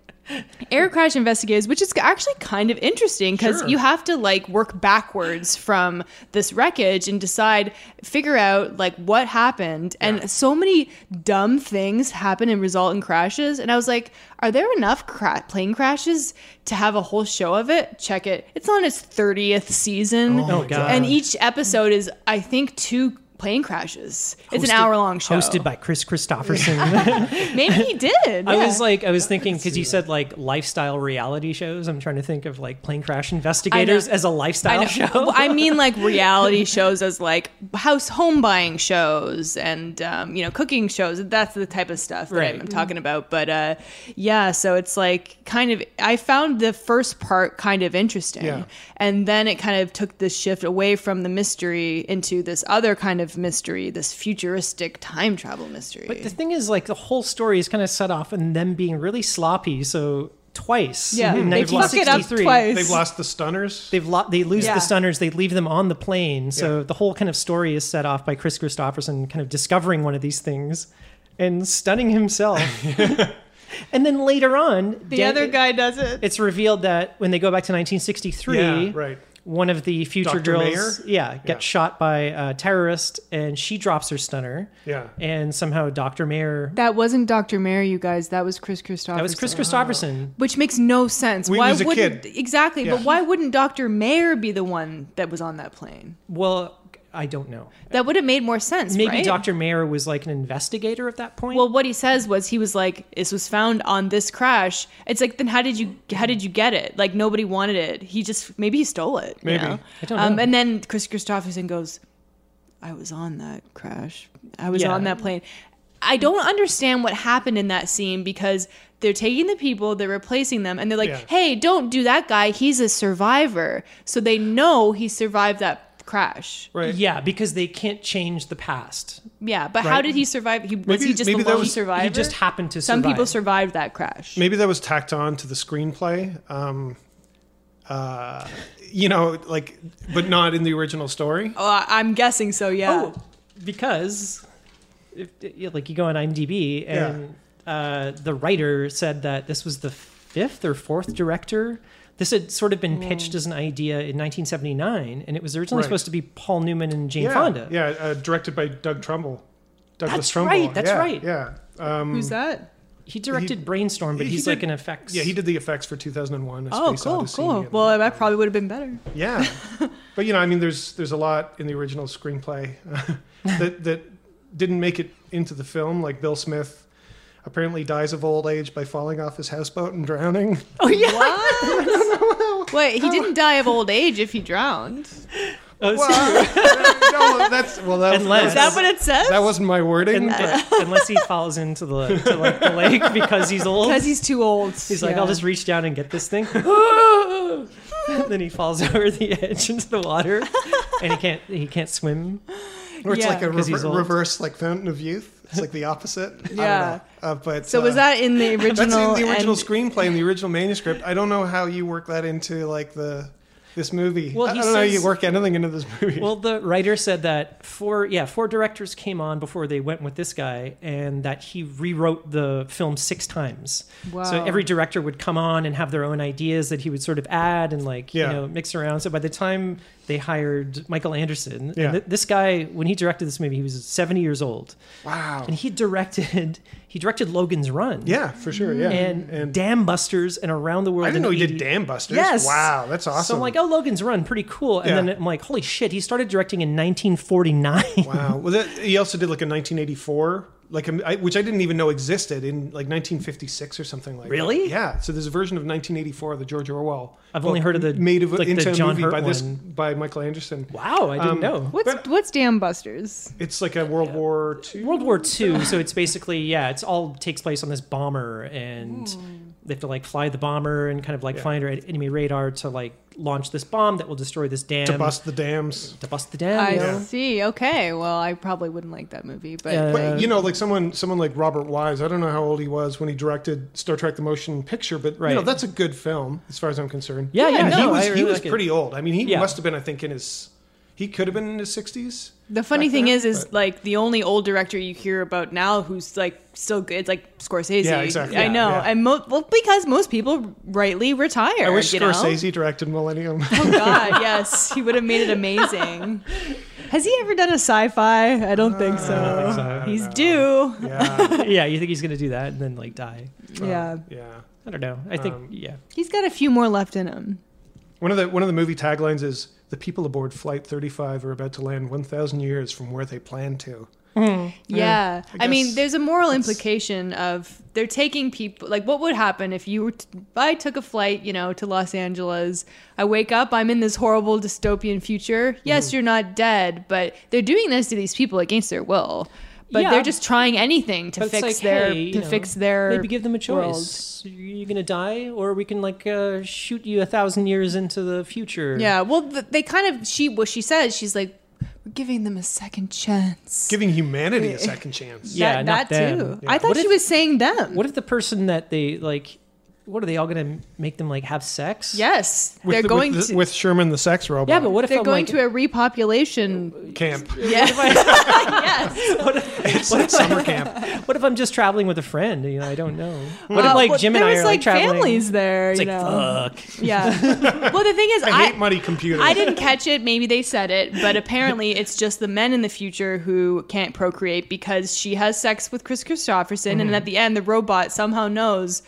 S1: air crash investigators which is actually kind of interesting because
S3: Sure.
S1: you have to like work backwards from this wreckage and decide figure out like what happened and so many dumb things happen and result in crashes and i was like are there enough cra- plane crashes to have a whole show of it check it it's on its 30th season
S2: Oh, God.
S1: and each episode is, I think, two plane crashes. It's an
S2: hosted-
S1: hour long show.
S2: hosted by Chris Christopherson.
S1: Maybe he did.
S2: I
S1: yeah.
S2: was like, I was thinking because you said like lifestyle reality shows. I'm trying to think of like plane crash investigators as a
S1: I,
S2: lifestyle
S1: know.
S2: show.
S1: Well, I mean, like reality shows as like house home buying shows and um, you know cooking shows. That's the type of stuff that
S2: Right.
S1: I'm talking about. But uh, yeah, so it's like kind of. I found the first part kind of interesting,
S3: Yeah.
S1: and then it kind of took this shift away from the mystery into this other kind of mystery, this futuristic time travel mystery.
S2: But the thing is, like the whole story is kind of set off in them being really sloppy. So twice, Mm-hmm.
S1: Yeah.
S2: in
S1: They fuck it up
S2: 1963,
S1: twice.
S3: They've lost the stunners.
S2: They've lo- they lose
S1: Yeah.
S2: the stunners. They leave them on the plane. So the whole kind of story is set off by Chris Christopherson kind of discovering one of these things and stunning himself. and then later on,
S1: the
S2: Dan-
S1: other guy does it.
S2: It's revealed that when they go back to 1963,
S3: yeah, right.
S2: one of the future
S3: Dr.
S2: girls,
S3: Mayer?
S2: yeah, gets
S3: Yeah.
S2: shot by a terrorist, and she drops her stunner,
S3: Yeah.
S2: and somehow Doctor Mayer.
S1: That wasn't Dr. Mary, you guys. That was Chris Christopherson.
S2: That was Chris Christopherson.
S1: Which makes no sense.
S3: When he
S1: why
S3: was a
S1: wouldn't
S3: kid.
S1: exactly? But
S3: Yeah.
S1: why wouldn't Dr. Mayer be the one that was on that plane?
S2: Well, I don't know.
S1: That would have made more sense.
S2: Maybe
S1: right?
S2: Doctor Mayer was like an investigator at that point.
S1: Well, what he says was he was like, "This was found on this crash." It's like, then how did you how did you get it? Like nobody wanted it. He just maybe he stole it. you
S3: Maybe.
S1: know?
S2: I don't
S1: Um,
S2: know.
S1: and then Chris Christopherson goes, "I was on that crash. I was
S2: Yeah.
S1: on that plane." I don't understand what happened in that scene because they're taking the people, they're replacing them, and they're like,
S3: Yeah.
S1: "Hey, don't do that guy. He's a survivor." So they know he survived that crash.
S3: Right.
S2: yeah, because they can't change the past.
S1: Yeah, but how
S3: Right.
S1: did he survive? He was
S3: Maybe-
S1: he just
S3: maybe
S1: the
S3: that
S1: lone
S3: was- he
S1: survivor.
S2: He just happened to.
S1: Some
S2: survive.
S1: people survived that crash.
S3: Maybe that was tacked on to the screenplay. Um, uh, you know, like, but not in the original story.
S1: Oh, I- I'm guessing so. Yeah.
S2: Oh, because if, if- like you go on IMDb and uh, the writer said that this was the fifth or fourth director. This had sort of been
S1: Mm.
S2: pitched as an idea in 1979, and it was originally
S3: Right.
S2: supposed to be Paul Newman and Jane
S3: yeah,
S2: Fonda.
S3: Yeah, uh, directed by Doug Trumbull. Douglas
S2: That's
S3: Trumbull.
S2: right, that's
S3: yeah,
S2: right.
S3: Yeah. Um,
S1: Who's that?
S2: He directed Brainstorm, but
S3: he
S2: he's
S3: did-
S2: like an effects.
S3: yeah, he did the effects for 2001. A
S1: Oh,
S3: Space
S1: cool,
S3: Odyssey
S1: cool.
S3: and-
S1: Well, that probably would have been better.
S3: Yeah, but you know, I mean, there's there's a lot in the original screenplay that that didn't make it into the film. Like Bill Smith apparently dies of old age by falling off his houseboat and drowning.
S1: Oh yeah. Wait, he didn't die of old age if he drowned.
S2: Oh,
S3: Well, no, that's well, that,
S2: Unless-
S1: Is that what it says?
S3: that wasn't my wording.
S2: but unless he falls into the to like the lake because he's old.
S1: because he's too old.
S2: He's like, I'll just reach down and get this thing. then he falls over the edge into the water, and he can't he can't swim.
S3: Or it's
S1: Yeah.
S3: like a
S2: 'Cause he's
S3: rever-
S2: old.
S3: reverse like Fountain of Youth. It's like the opposite. I don't
S1: Yeah.
S3: know. Uh, but
S1: So was
S3: uh,
S1: that in the original?
S3: That's in the original
S1: and-
S3: screenplay in the original manuscript. I don't know how you work that into like the this movie.
S2: Well,
S3: I
S2: he
S3: don't know how you
S2: says-
S3: work anything into this movie.
S2: Well, the writer said that four yeah four directors came on before they went with this guy, and that he rewrote the film six times. So
S1: Wow.
S2: every director would come on and have their own ideas that he would sort of add and like
S3: Yeah.
S2: you know mix around. So by the time they hired Michael Anderson,
S3: Yeah.
S2: and th- this guy when he directed this movie, he was seventy years old,
S3: wow.
S2: and he directed he directed Logan's Run.
S3: Yeah, for sure. Yeah,
S2: and, Dam Busters and Around the World.
S3: Mm-hmm. I didn't
S2: in
S3: know he did
S2: 80
S3: Dam Busters.
S2: Yes.
S3: Wow, that's awesome.
S2: So I'm like, oh, Logan's Run, pretty cool. And
S3: Yeah.
S2: then I'm like, holy shit, he started directing in 1949.
S3: wow. Well, that, he also did like a 1984, like a, I, which I didn't even know existed in like 1956 or something like.
S2: Really?
S3: That. Yeah. So there's a version of 1984 the George Orwell.
S2: I've only
S3: book
S2: heard of the-
S3: made of,
S2: like the
S3: into a
S2: John
S3: movie
S2: Hurt
S3: by this
S2: one.
S3: by Michael Anderson.
S2: Wow, I didn't
S3: Um,
S2: know.
S1: What's
S3: But-
S1: what's Dam Busters?
S3: It's like a World War II.
S2: World War II. so it's basically, yeah, it's all takes place on this bomber and they have to like fly the bomber and kind of like
S3: Yeah.
S2: fly under enemy radar to like launch this bomb that will destroy this dam.
S3: to bust the dams.
S2: to bust the dam.
S1: I
S2: yeah.
S1: see. Okay. Well, I probably wouldn't like that movie, but
S2: Yeah. Uh,
S3: But you know, like someone, someone like Robert Wise. I don't know how old he was when he directed Star Trek: The Motion Picture, but you know
S2: Right.
S3: that's a good film as far as I'm concerned.
S2: Yeah, yeah,
S3: and he
S2: no,
S3: was
S2: I
S3: he
S2: really
S3: was
S2: like it.
S3: pretty old. I mean, he
S2: Yeah.
S3: must have been, I think, in his he could have been in his sixties.
S1: The funny
S3: back
S1: thing
S3: then,
S1: is, is like the only old director you hear about now who's like still good, it's like Scorsese.
S3: Yeah, exactly.
S1: I
S3: Yeah,
S1: know,
S3: yeah.
S1: and mo- well, because most people rightly retire.
S3: I wish
S1: you know?
S3: Scorsese directed Millennium.
S1: Oh God, yes, he would have made it amazing. Has he ever done a sci-fi? I don't think
S3: Uh,
S1: so.
S2: think so. I don't
S1: He's due.
S3: yeah,
S2: yeah, you think he's going to do that and then like die.
S1: Yeah,
S3: yeah.
S2: I don't know. I think,
S3: Um,
S2: yeah.
S1: he's got a few more left in him.
S3: One of the one of the movie taglines is "The people aboard Flight 35 are about to land 1,000 years from where they plan to."
S1: Yeah.
S3: I
S1: I, mean,
S3: guess
S1: there's a moral
S3: that's-
S1: implication of they're taking people. Like, what would happen if you were, t- if I took a flight, you know, to Los Angeles. I wake up, I'm in this horrible dystopian future. Yes,
S2: Mm-hmm.
S1: you're not dead, but they're doing this to these people against their will. But
S2: Yeah.
S1: they're just trying anything to
S2: But it's
S1: fix
S2: like,
S1: their
S2: hey, you
S1: to
S2: know,
S1: fix their
S2: maybe give them a
S1: world.
S2: choice. You're you gonna die, or we can like uh, shoot you a thousand years into the future.
S1: Yeah. Well, th- they kind of she what she says. She's like, we're giving them a second chance.
S3: Giving humanity a second chance.
S2: Yeah,
S1: that,
S2: not
S1: that
S2: them.
S1: too.
S2: Yeah.
S1: I thought
S2: What
S1: she
S2: if-
S1: was saying them.
S2: What if the person that they like what are they all going to make them like have sex?
S1: Yes,
S3: With
S1: they're
S3: the-
S1: going
S3: with, the-
S1: to.
S3: with Sherman the sex robot.
S2: Yeah, but what if
S1: they're
S2: I'm
S1: going
S2: like,
S1: to a repopulation.
S3: camp
S1: Yeah.
S2: what,
S1: yes.
S2: if, what, if
S3: summer camp.
S2: I, what if I'm just traveling with a friend? You know, I don't know. What
S1: Well,
S2: if like
S1: well,
S2: Jim and
S1: there
S2: I
S1: was,
S2: are like traveling?
S1: families there.
S2: It's
S1: you
S2: like
S1: know?
S2: fuck.
S1: Yeah. Well, the thing is,
S3: I,
S1: I
S3: hate muddy computers.
S1: I didn't catch it. Maybe they said it, but apparently it's just the men in the future who can't procreate because she has sex with Chris Christopherson,
S2: Mm-hmm.
S1: and at the end, the robot somehow knows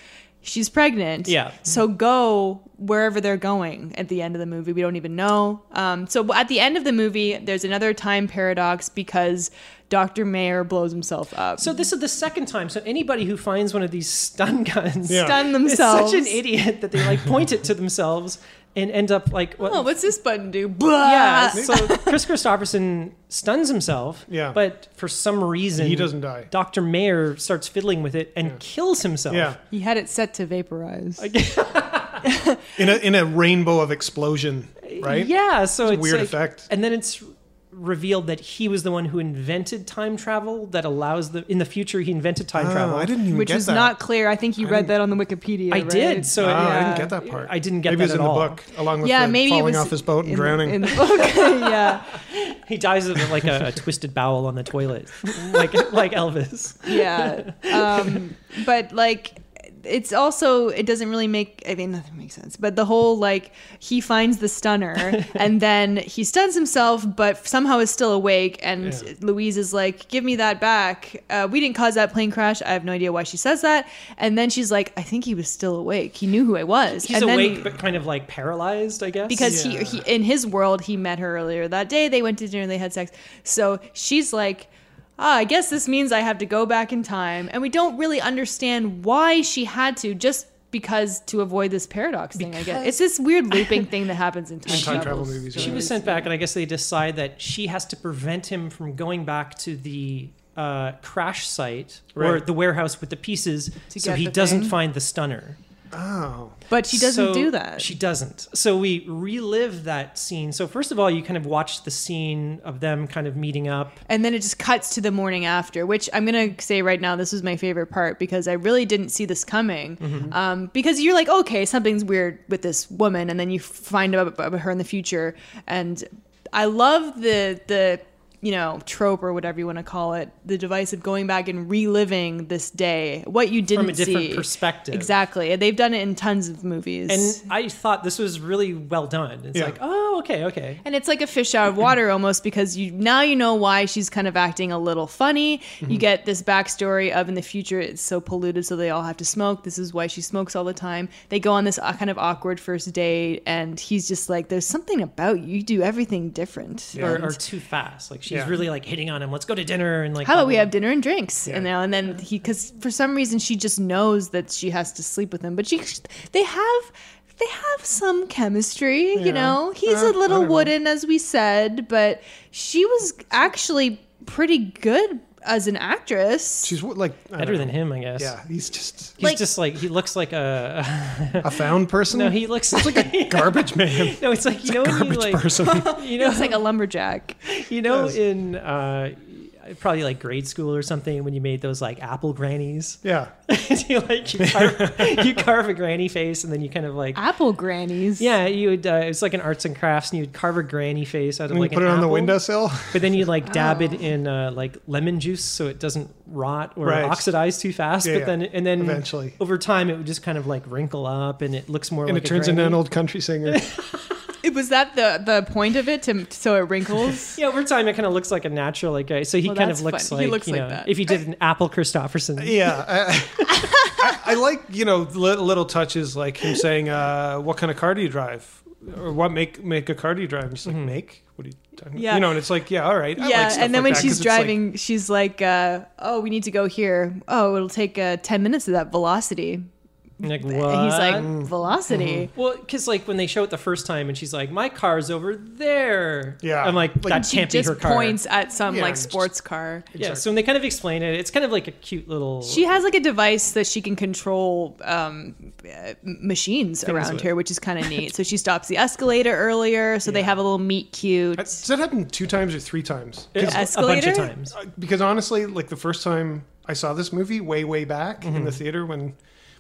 S1: she's pregnant.
S2: Yeah.
S1: So go wherever they're going at the end of the movie. We don't even know. Um, so at the end of the movie, there's another time paradox because Dr. Mayer blows himself up.
S2: So this is the second time. So anybody who finds one of these stun guns
S3: Yeah.
S1: stun
S2: is
S1: themselves.
S2: such an idiot that they like point it to themselves and end up like what?
S1: Oh, what's this button do?
S2: yeah.
S1: Blah!
S2: So Chris Christopherson stuns himself.
S3: Uh, Yeah.
S2: But for some reason
S3: He doesn't die.
S2: Doctor Mayer starts fiddling with it and kills himself.
S3: Yeah,
S1: he had it set to vaporize.
S3: in a in a rainbow of explosion, right?
S2: Yeah, so it's,
S3: a weird
S2: like-
S3: effect.
S2: And then it's revealed that he was the one who invented time travel that allows the in the future he invented time
S3: Oh,
S2: travel.
S3: I didn't even
S1: which
S3: get
S1: was
S3: that.
S1: not clear. I think you read that on the Wikipedia.
S2: I
S1: right?
S2: did. So
S3: Oh, I
S2: yeah.
S3: didn't get that part.
S2: I didn't get
S3: maybe
S2: that
S3: it was
S2: at
S3: in
S2: all.
S3: the book, along with
S1: yeah,
S3: the
S1: maybe it
S3: falling
S1: was
S3: off his boat and
S1: in-
S3: drowning.
S1: in- okay, yeah,
S2: He dies of like a, a twisted bowel on the toilet, like like Elvis.
S1: yeah. Um, but like, it's also it doesn't really make. I mean, nothing makes sense. But the whole like he finds the stunner and then he stuns himself, but somehow is still awake. And
S3: Yeah.
S1: Louise is like, "Give me that back. Uh, we didn't cause that plane crash. I have no idea why she says that." And then she's like, "I think he was still awake. He knew who I was."
S2: He's
S1: and then-
S2: awake but kind of like paralyzed, I guess.
S1: because
S3: Yeah.
S1: he, he in his world he met her earlier that day they went to dinner they had sex so she's like ah, i guess this means i have to go back in time and we don't really understand why she had to just because to avoid this paradox thing i guess it's this weird looping thing that happens in time,
S3: In time travel
S1: travels.
S3: movies.
S2: she
S3: yeah.
S2: was sent back, and I guess they decide that she has to prevent him from going back to the uh, crash site or
S3: Right.
S2: the warehouse with the pieces, so
S1: get
S2: he
S1: the
S2: doesn't
S1: thing.
S2: find the stunner.
S3: oh,
S1: but she doesn't
S2: So-
S1: do that
S2: She doesn't. So we relive that scene. So first of all, you kind of watch the scene of them kind of meeting up.
S1: and then it just cuts to the morning after which i'm gonna say right now this was my favorite part because i really didn't see this coming
S2: Mm-hmm.
S1: um, because you're like okay something's weird with this woman and then you find out about her in the future and i love the the you know trope or whatever you want to call it the device of going back and reliving this day what you didn't
S2: From a different
S1: see
S2: perspective.
S1: exactly they've done it in tons of movies
S2: And I thought this was really well done. It's
S3: Yeah.
S2: like, oh, okay, okay.
S1: And it's like a fish out of water almost because you now you know why she's kind of acting a little funny.
S2: Mm-hmm.
S1: You get this backstory of in the future it's so polluted, so they all have to smoke. This is why she smokes all the time. They go on this uh, kind of awkward first date, and he's just like, "There's something about you. You do everything different."
S3: Yeah.
S2: Or,
S1: And
S2: or too fast. Like she's
S3: Yeah.
S2: really like hitting on him. Let's go to dinner and like.
S1: how about we
S2: blah,
S1: have dinner and drinks? And now and then he because for some reason she just knows that she has to sleep with him, but she they have. They have some chemistry,
S3: Yeah.
S1: you know. He's
S3: Uh, I
S1: a little
S3: don't know.
S1: wooden, as we said, but she was actually pretty good as an actress.
S3: she's what, like I
S2: blah. better
S3: don't
S2: than him, I guess.
S3: know. Yeah, he's just
S2: He's
S1: Like-
S2: just like he looks like a
S3: a found person.
S2: no. He looks like a
S3: garbage man,
S2: no. It's like you know when you
S3: garbage
S2: like
S3: person.
S2: you
S1: It's
S2: know
S1: like a lumberjack.
S2: you know
S3: Yes.
S2: in uh, probably like grade school or something when you made those like apple grannies.
S3: yeah,
S2: you like you carve, you carve a granny face and then you kind of like
S1: Apple grannies.
S2: yeah you would uh, it's like an arts and crafts and you'd carve a granny face out of
S3: and
S2: like
S3: you put it
S2: an
S3: on the Oh.
S2: apple.
S3: windowsill.
S2: But then you like dab it in uh, like lemon juice so it doesn't rot or
S3: Right.
S2: oxidize too fast.
S3: Yeah,
S2: but
S3: yeah.
S2: then and then
S3: Eventually.
S2: over time it would just kind of like wrinkle up and it looks more
S3: And
S2: like
S3: it
S2: a
S3: turns into an
S2: granny.
S3: old country singer.
S1: It was that the the point of it to so it wrinkles.
S2: yeah, over time it kind of looks like a natural like guy. So he
S1: Well,
S2: kind of
S1: that's
S2: looks
S1: fun.
S2: like
S1: He looks
S2: you
S1: like
S2: know,
S1: that.
S2: if he did an Apple Christopherson.
S3: yeah, I, I, I like you know li- little touches like him saying, uh, "What kind of car do you drive?" or "What make make a car do you drive?" And she's
S2: Mm-hmm.
S3: like, "Make." What are you talking about?
S1: Yeah.
S3: You know, and it's like, yeah, all right. I like
S1: yeah,
S3: stuff
S1: and then when
S3: like that 'cause
S1: she's
S3: it's like-
S1: driving, she's like, uh, "Oh, we need to go here. Oh, it'll take uh, ten minutes of that velocity."
S2: Like,
S1: And he's
S2: what? Mm-hmm.
S1: like, "Velocity."
S2: Well, because like when they show it the first time, and she's like, "My car's over there."
S3: Yeah.
S2: I'm like,
S3: Like,
S2: that
S1: She
S2: can't be
S1: just
S2: her car.
S1: points at some
S3: Yeah,
S1: like
S3: just-
S1: sports car.
S2: Yeah. So when they kind of explain it, it's kind of like a cute little.
S1: She has like a device that she can control um, uh, machines around
S2: with.
S1: her, which is kind of neat. So she stops the escalator earlier, so they have a little meet cute.
S3: Uh, Does that happen two times or three times?
S2: a, a bunch
S1: escalator?
S2: of times.
S1: Mm-hmm.
S3: Uh, because honestly, like the first time I saw this movie way way back in the theater when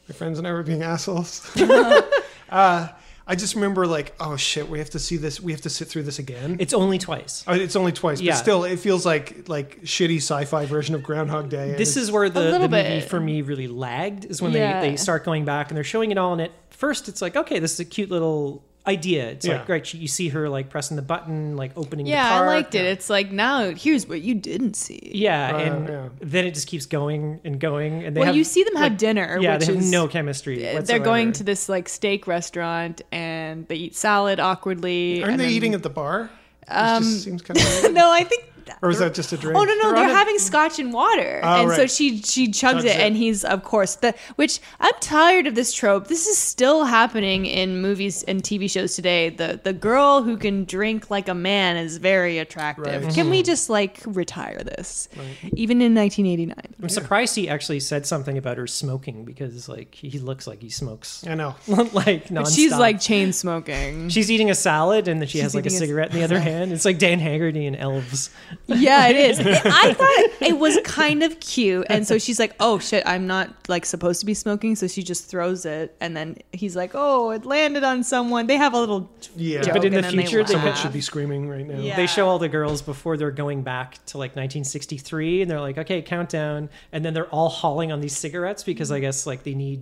S3: My friends and I were being assholes. uh, I just remember like, oh shit, we have to see this. We have to sit through this again.
S2: It's only twice.
S3: Oh, It's only twice,
S2: Yeah.
S3: but still, it feels like like shitty sci-fi version of Groundhog Day. and
S2: This is where the, the
S1: little
S2: movie
S1: bit.
S2: for me really lagged is when
S1: Yeah.
S2: they, they start going back and they're showing it all and at first it's like, okay, this is a cute little idea. It's
S3: Yeah.
S2: like right, you see her like pressing the button, like opening
S1: Yeah,
S2: the car.
S1: I liked it. It's like now here's what you didn't see.
S2: Yeah,
S3: Uh,
S2: and
S3: yeah.
S2: then it just keeps going and going and they
S1: Well,
S2: have,
S1: you see them have
S2: like,
S1: dinner.
S2: Yeah,
S1: which
S2: they have
S1: is,
S2: no chemistry.
S1: They're going to
S2: whatsoever.
S1: this like steak restaurant and they eat salad awkwardly.
S3: aren't
S1: and
S3: they
S1: then-
S3: eating at the bar? Um, just seems kind of.
S1: no, I think.
S3: Or is that just a drink?
S1: Oh no, no,
S2: They're
S1: they're
S2: on a-
S1: having scotch and water,
S3: Oh,
S1: and so
S3: right.
S1: she she chugs,
S3: Chugs
S1: it,
S3: it.
S1: and he's of course the which I'm tired of this trope. This is still happening in movies and TV shows today. The the girl who can drink like a man is very attractive.
S3: Right.
S1: Can we just like retire this, even in 1989?
S2: I'm surprised he actually said something about her smoking because like he looks like he smokes
S3: I know.
S2: like
S1: But
S2: nonstop.
S1: she's like chain smoking.
S2: she's eating a salad and then she
S1: She's
S2: has like a
S1: eating a-
S2: cigarette in the other hand. It's like Dan Haggerty and Elves.
S1: Yeah, it is. I thought it was kind of cute. And so she's like, oh shit, I'm not like supposed to be smoking. So she just throws it. And then he's like, oh, it landed on someone. They have a little.
S3: Yeah,
S1: joke,
S2: But in the
S1: and then they
S2: future, they
S1: laugh.
S3: someone should be screaming right now.
S1: Yeah.
S2: They show all the girls before they're going back to like 1963 and they're like, okay, countdown. And then they're all hauling on these cigarettes because
S1: Mm-hmm.
S2: I guess like they need,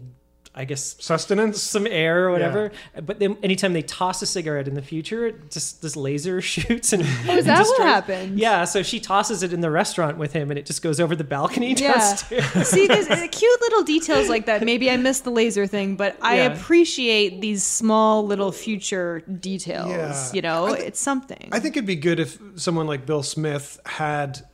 S2: I guess,
S3: Sustenance.
S2: some air or whatever. But then anytime they toss a cigarette in the future, it just this laser shoots and
S1: Oh, is that what happened?
S2: yeah. So she tosses it in the restaurant with him and it just goes over the balcony
S1: Yeah.
S2: downstairs.
S1: See, there's uh, cute little details like that. Maybe I missed the laser thing, but I
S2: Yeah.
S1: appreciate these small little future details.
S3: Yeah.
S1: You know,
S3: I thi-
S1: it's something.
S3: I think it'd be good if someone like Bill Smith had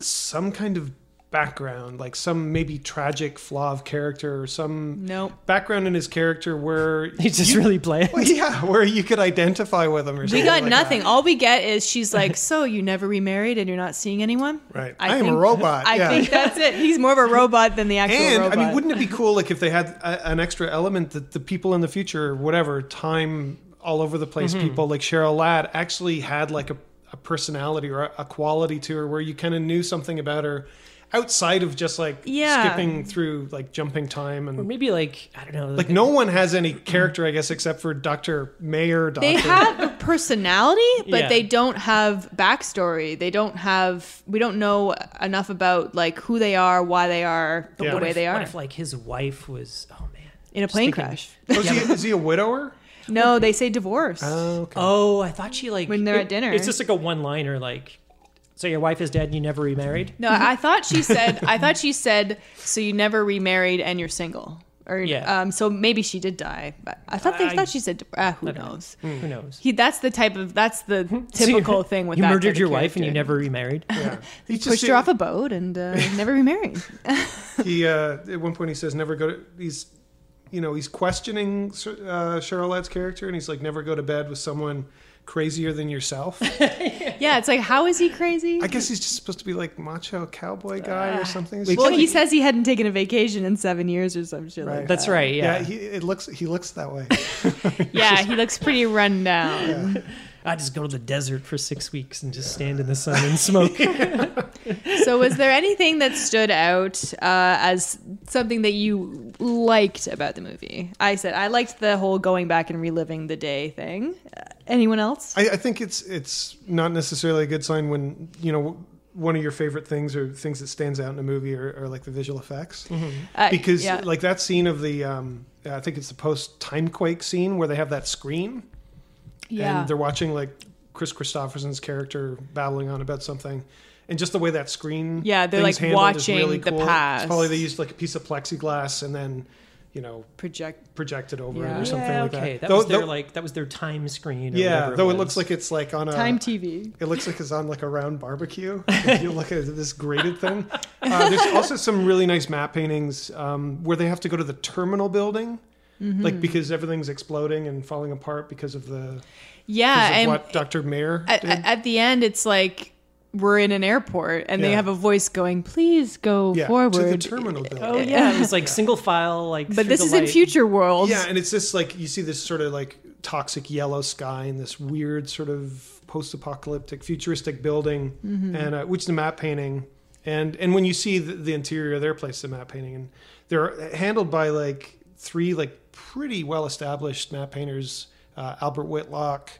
S3: some kind of background, like some maybe tragic flaw of character or some
S1: Nope.
S3: background in his character where
S2: He's just really bland.
S3: Well, yeah, where you could identify with him or something.
S1: We got
S3: like
S1: nothing.
S3: that.
S1: All we get is she's like, "So you never remarried and you're not seeing anyone?"
S3: Right. I, am a robot.
S1: I
S3: yeah.
S1: think that's it. He's more of a robot than the actual
S3: and
S1: robot.
S3: I mean, wouldn't it be cool like if they had a, an extra element that the people in the future, whatever time all over the place,
S1: Mm-hmm.
S3: people like Cheryl Ladd actually had like a, a personality or a, a quality to her where you kind of knew something about her outside of just like
S1: Yeah.
S3: skipping through like jumping time
S2: Or
S3: and
S2: maybe like I don't know.
S3: like no one has any character, I guess, except for Doctor Mayer. Doctor.
S1: they have a personality, but
S2: Yeah.
S1: they don't have backstory. They don't have. We don't know enough about like who they are, why they are, but
S3: Yeah.
S1: the
S3: What
S1: way
S2: if,
S1: they
S2: What
S1: are
S2: if like his wife was? Oh man,
S1: in a
S2: Just
S1: plane
S2: thinking-
S1: crash.
S3: Oh, is, he, is he a widower?
S1: No, they say divorce.
S3: okay.
S2: Oh, I thought she like
S1: When they're at dinner.
S2: It's just like a one-liner, like, "So your wife is dead, and you never remarried."
S1: no, I thought she said. I thought she said. So you never remarried and you're single. Or,
S2: Yeah.
S1: um, so maybe she did die, but I thought they
S2: I-
S1: thought she said uh, who knows.
S3: Hmm.
S2: Who knows?
S1: He that's the type of that's the
S2: So you-
S1: typical thing with
S2: you
S1: that type
S2: murdered
S1: of
S2: your wife and you
S1: character.
S2: never remarried.
S3: Yeah. He just-
S1: pushed her off a boat and uh, never remarried.
S3: he uh, at one point he says never go to he's you know he's questioning uh, Cheryl Ladd's character and he's like never go to bed with someone crazier than yourself.
S1: Yeah, it's like how is he crazy?
S3: I guess he's just supposed to be like macho cowboy guy or something. It's
S1: well,
S3: just
S1: he
S3: like-
S1: says he hadn't taken a vacation in seven years or some shit like
S3: Right.
S1: that.
S2: That's right. Yeah.
S3: yeah. he it looks he looks that way.
S1: Yeah, he looks pretty run down.
S2: I just go to the desert for six weeks and just stand in the sun and smoke.
S1: So, was there anything that stood out uh, as something that you liked about the movie? I said I liked the whole going back and reliving the day thing. Uh, anyone else?
S3: I, I think it's it's not necessarily a good sign when you know one of your favorite things or things that stands out in a movie are, are like the visual effects.
S1: Uh,
S3: because
S1: yeah.
S3: like that scene of the um, I think it's the post timequake scene where they have that screen
S1: yeah.
S3: and they're watching like Chris Christopherson's character babbling on about something, and just the way that screen
S1: Yeah, they're,
S3: thing's
S1: like,
S3: handled is
S1: watching the
S3: It's
S1: past.
S3: probably they used like a piece of plexiglass and then you know
S1: project.
S3: projected over
S1: Yeah.
S3: it or something
S2: Yeah,
S3: like
S2: okay.
S3: that.
S2: That
S3: Though-
S2: was their
S3: though-
S2: like that was their time screen. Or
S3: yeah,
S2: whatever
S3: though it
S2: was.
S3: looks like it's like on a
S1: Time TV.
S3: it looks like it's on like a round barbecue. if you look at this grated thing. Uh, there's also some really nice map paintings um, where they have to go to the terminal building, like because everything's exploding and falling apart because of the
S1: Mm-hmm. Yeah,
S3: because of
S1: and
S3: what Dr. Mayer
S1: at,
S3: did.
S1: at at the end, it's like we're in an airport, and they
S3: Yeah.
S1: have a voice going, "Please go
S3: yeah,
S1: forward."
S3: to the terminal building.
S2: Oh yeah, it was like single file. Like, through
S1: but this
S2: the
S1: is in
S2: light.
S1: future worlds.
S3: Oh, Yeah, and it's this like you see this sort of like toxic yellow sky and this weird sort of post-apocalyptic futuristic building,
S2: Mm-hmm.
S3: and uh, which is the map painting, and and when you see the, the interior of their place, the map painting, and they're handled by like three like pretty well established map painters uh, Albert Whitlock,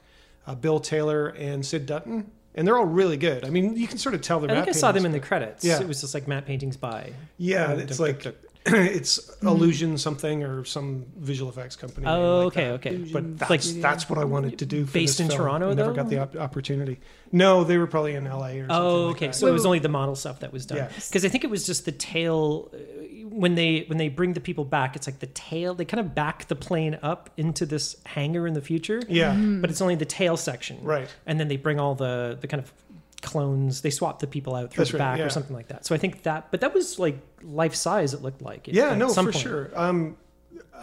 S3: uh, Bill Taylor, and Sid Dutton. And they're all really good. I mean, you can sort of tell they're
S2: I
S3: map
S2: think I saw them in
S3: paintings,
S2: the credits.
S3: Yeah.
S2: It was just like matte paintings by.
S3: but- Yeah,
S2: Oh,
S3: it's
S2: dup,
S3: like
S2: dup,
S3: it's illusion something or some visual effects company. name
S2: Hmm. Oh,
S3: like
S2: okay,
S3: that.
S2: okay.
S3: But
S2: Like-
S3: that's that's what I wanted to do. For
S2: Based
S3: this
S2: in
S3: film.
S2: Toronto,
S3: I never
S2: though?
S3: got the op- opportunity. No, they were probably in L.A. or something.
S2: Oh,
S3: like
S2: okay.
S3: that.
S2: So it was only the model stuff that was done
S3: Yeah.
S2: because I think it was just the tail. uh, When they when they bring the people back, it's like the tail. They kind of back the plane up into this hangar in the future.
S3: yeah,
S2: but it's only the tail section,
S3: Right.
S2: And then they bring all the the kind of clones. They swap the people out through
S3: That's
S2: the
S3: right,
S2: back
S3: yeah.
S2: or something like that. So I think that, but that was like life size. It looked like. at-
S3: yeah.
S2: at
S3: No, for
S2: some point.
S3: sure. Um,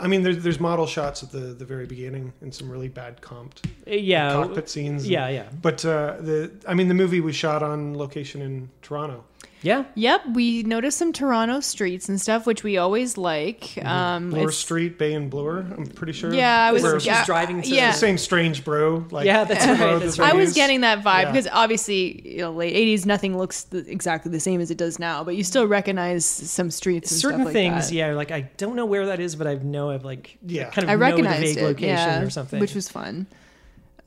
S3: I mean, there's there's model shots at the the very beginning and some really bad comped
S2: Uh, Yeah,
S3: cockpit scenes. and-
S2: yeah, yeah,
S3: But uh, the I mean, the movie was shot on location in Toronto.
S2: yeah.
S1: Yep, we noticed some Toronto streets and stuff, which we always like.
S2: Mm-hmm. Mm,
S1: Um,
S3: Bloor
S1: it's-
S3: Street, Bay and Bloor. I'm pretty sure.
S1: Yeah, I was.
S3: Where-
S2: she's
S1: yeah,
S2: driving to-
S1: yeah.
S3: the same strange bro. Like
S2: Yeah, that's right,
S3: road
S2: that's
S3: that
S1: I
S3: they
S1: was
S3: use.
S1: getting that vibe
S3: Yeah.
S1: because obviously, you know, late '80s, nothing looks th- exactly the same as it does now, but you still recognize some streets. And
S2: Certain
S1: stuff like
S2: things,
S1: that.
S2: yeah. Like I don't know where that is, but I know I've like
S3: Yeah.
S2: kind of
S1: I
S2: know the
S1: recognized
S2: vague
S1: it,
S2: location
S1: yeah,
S2: or something,
S1: which was fun.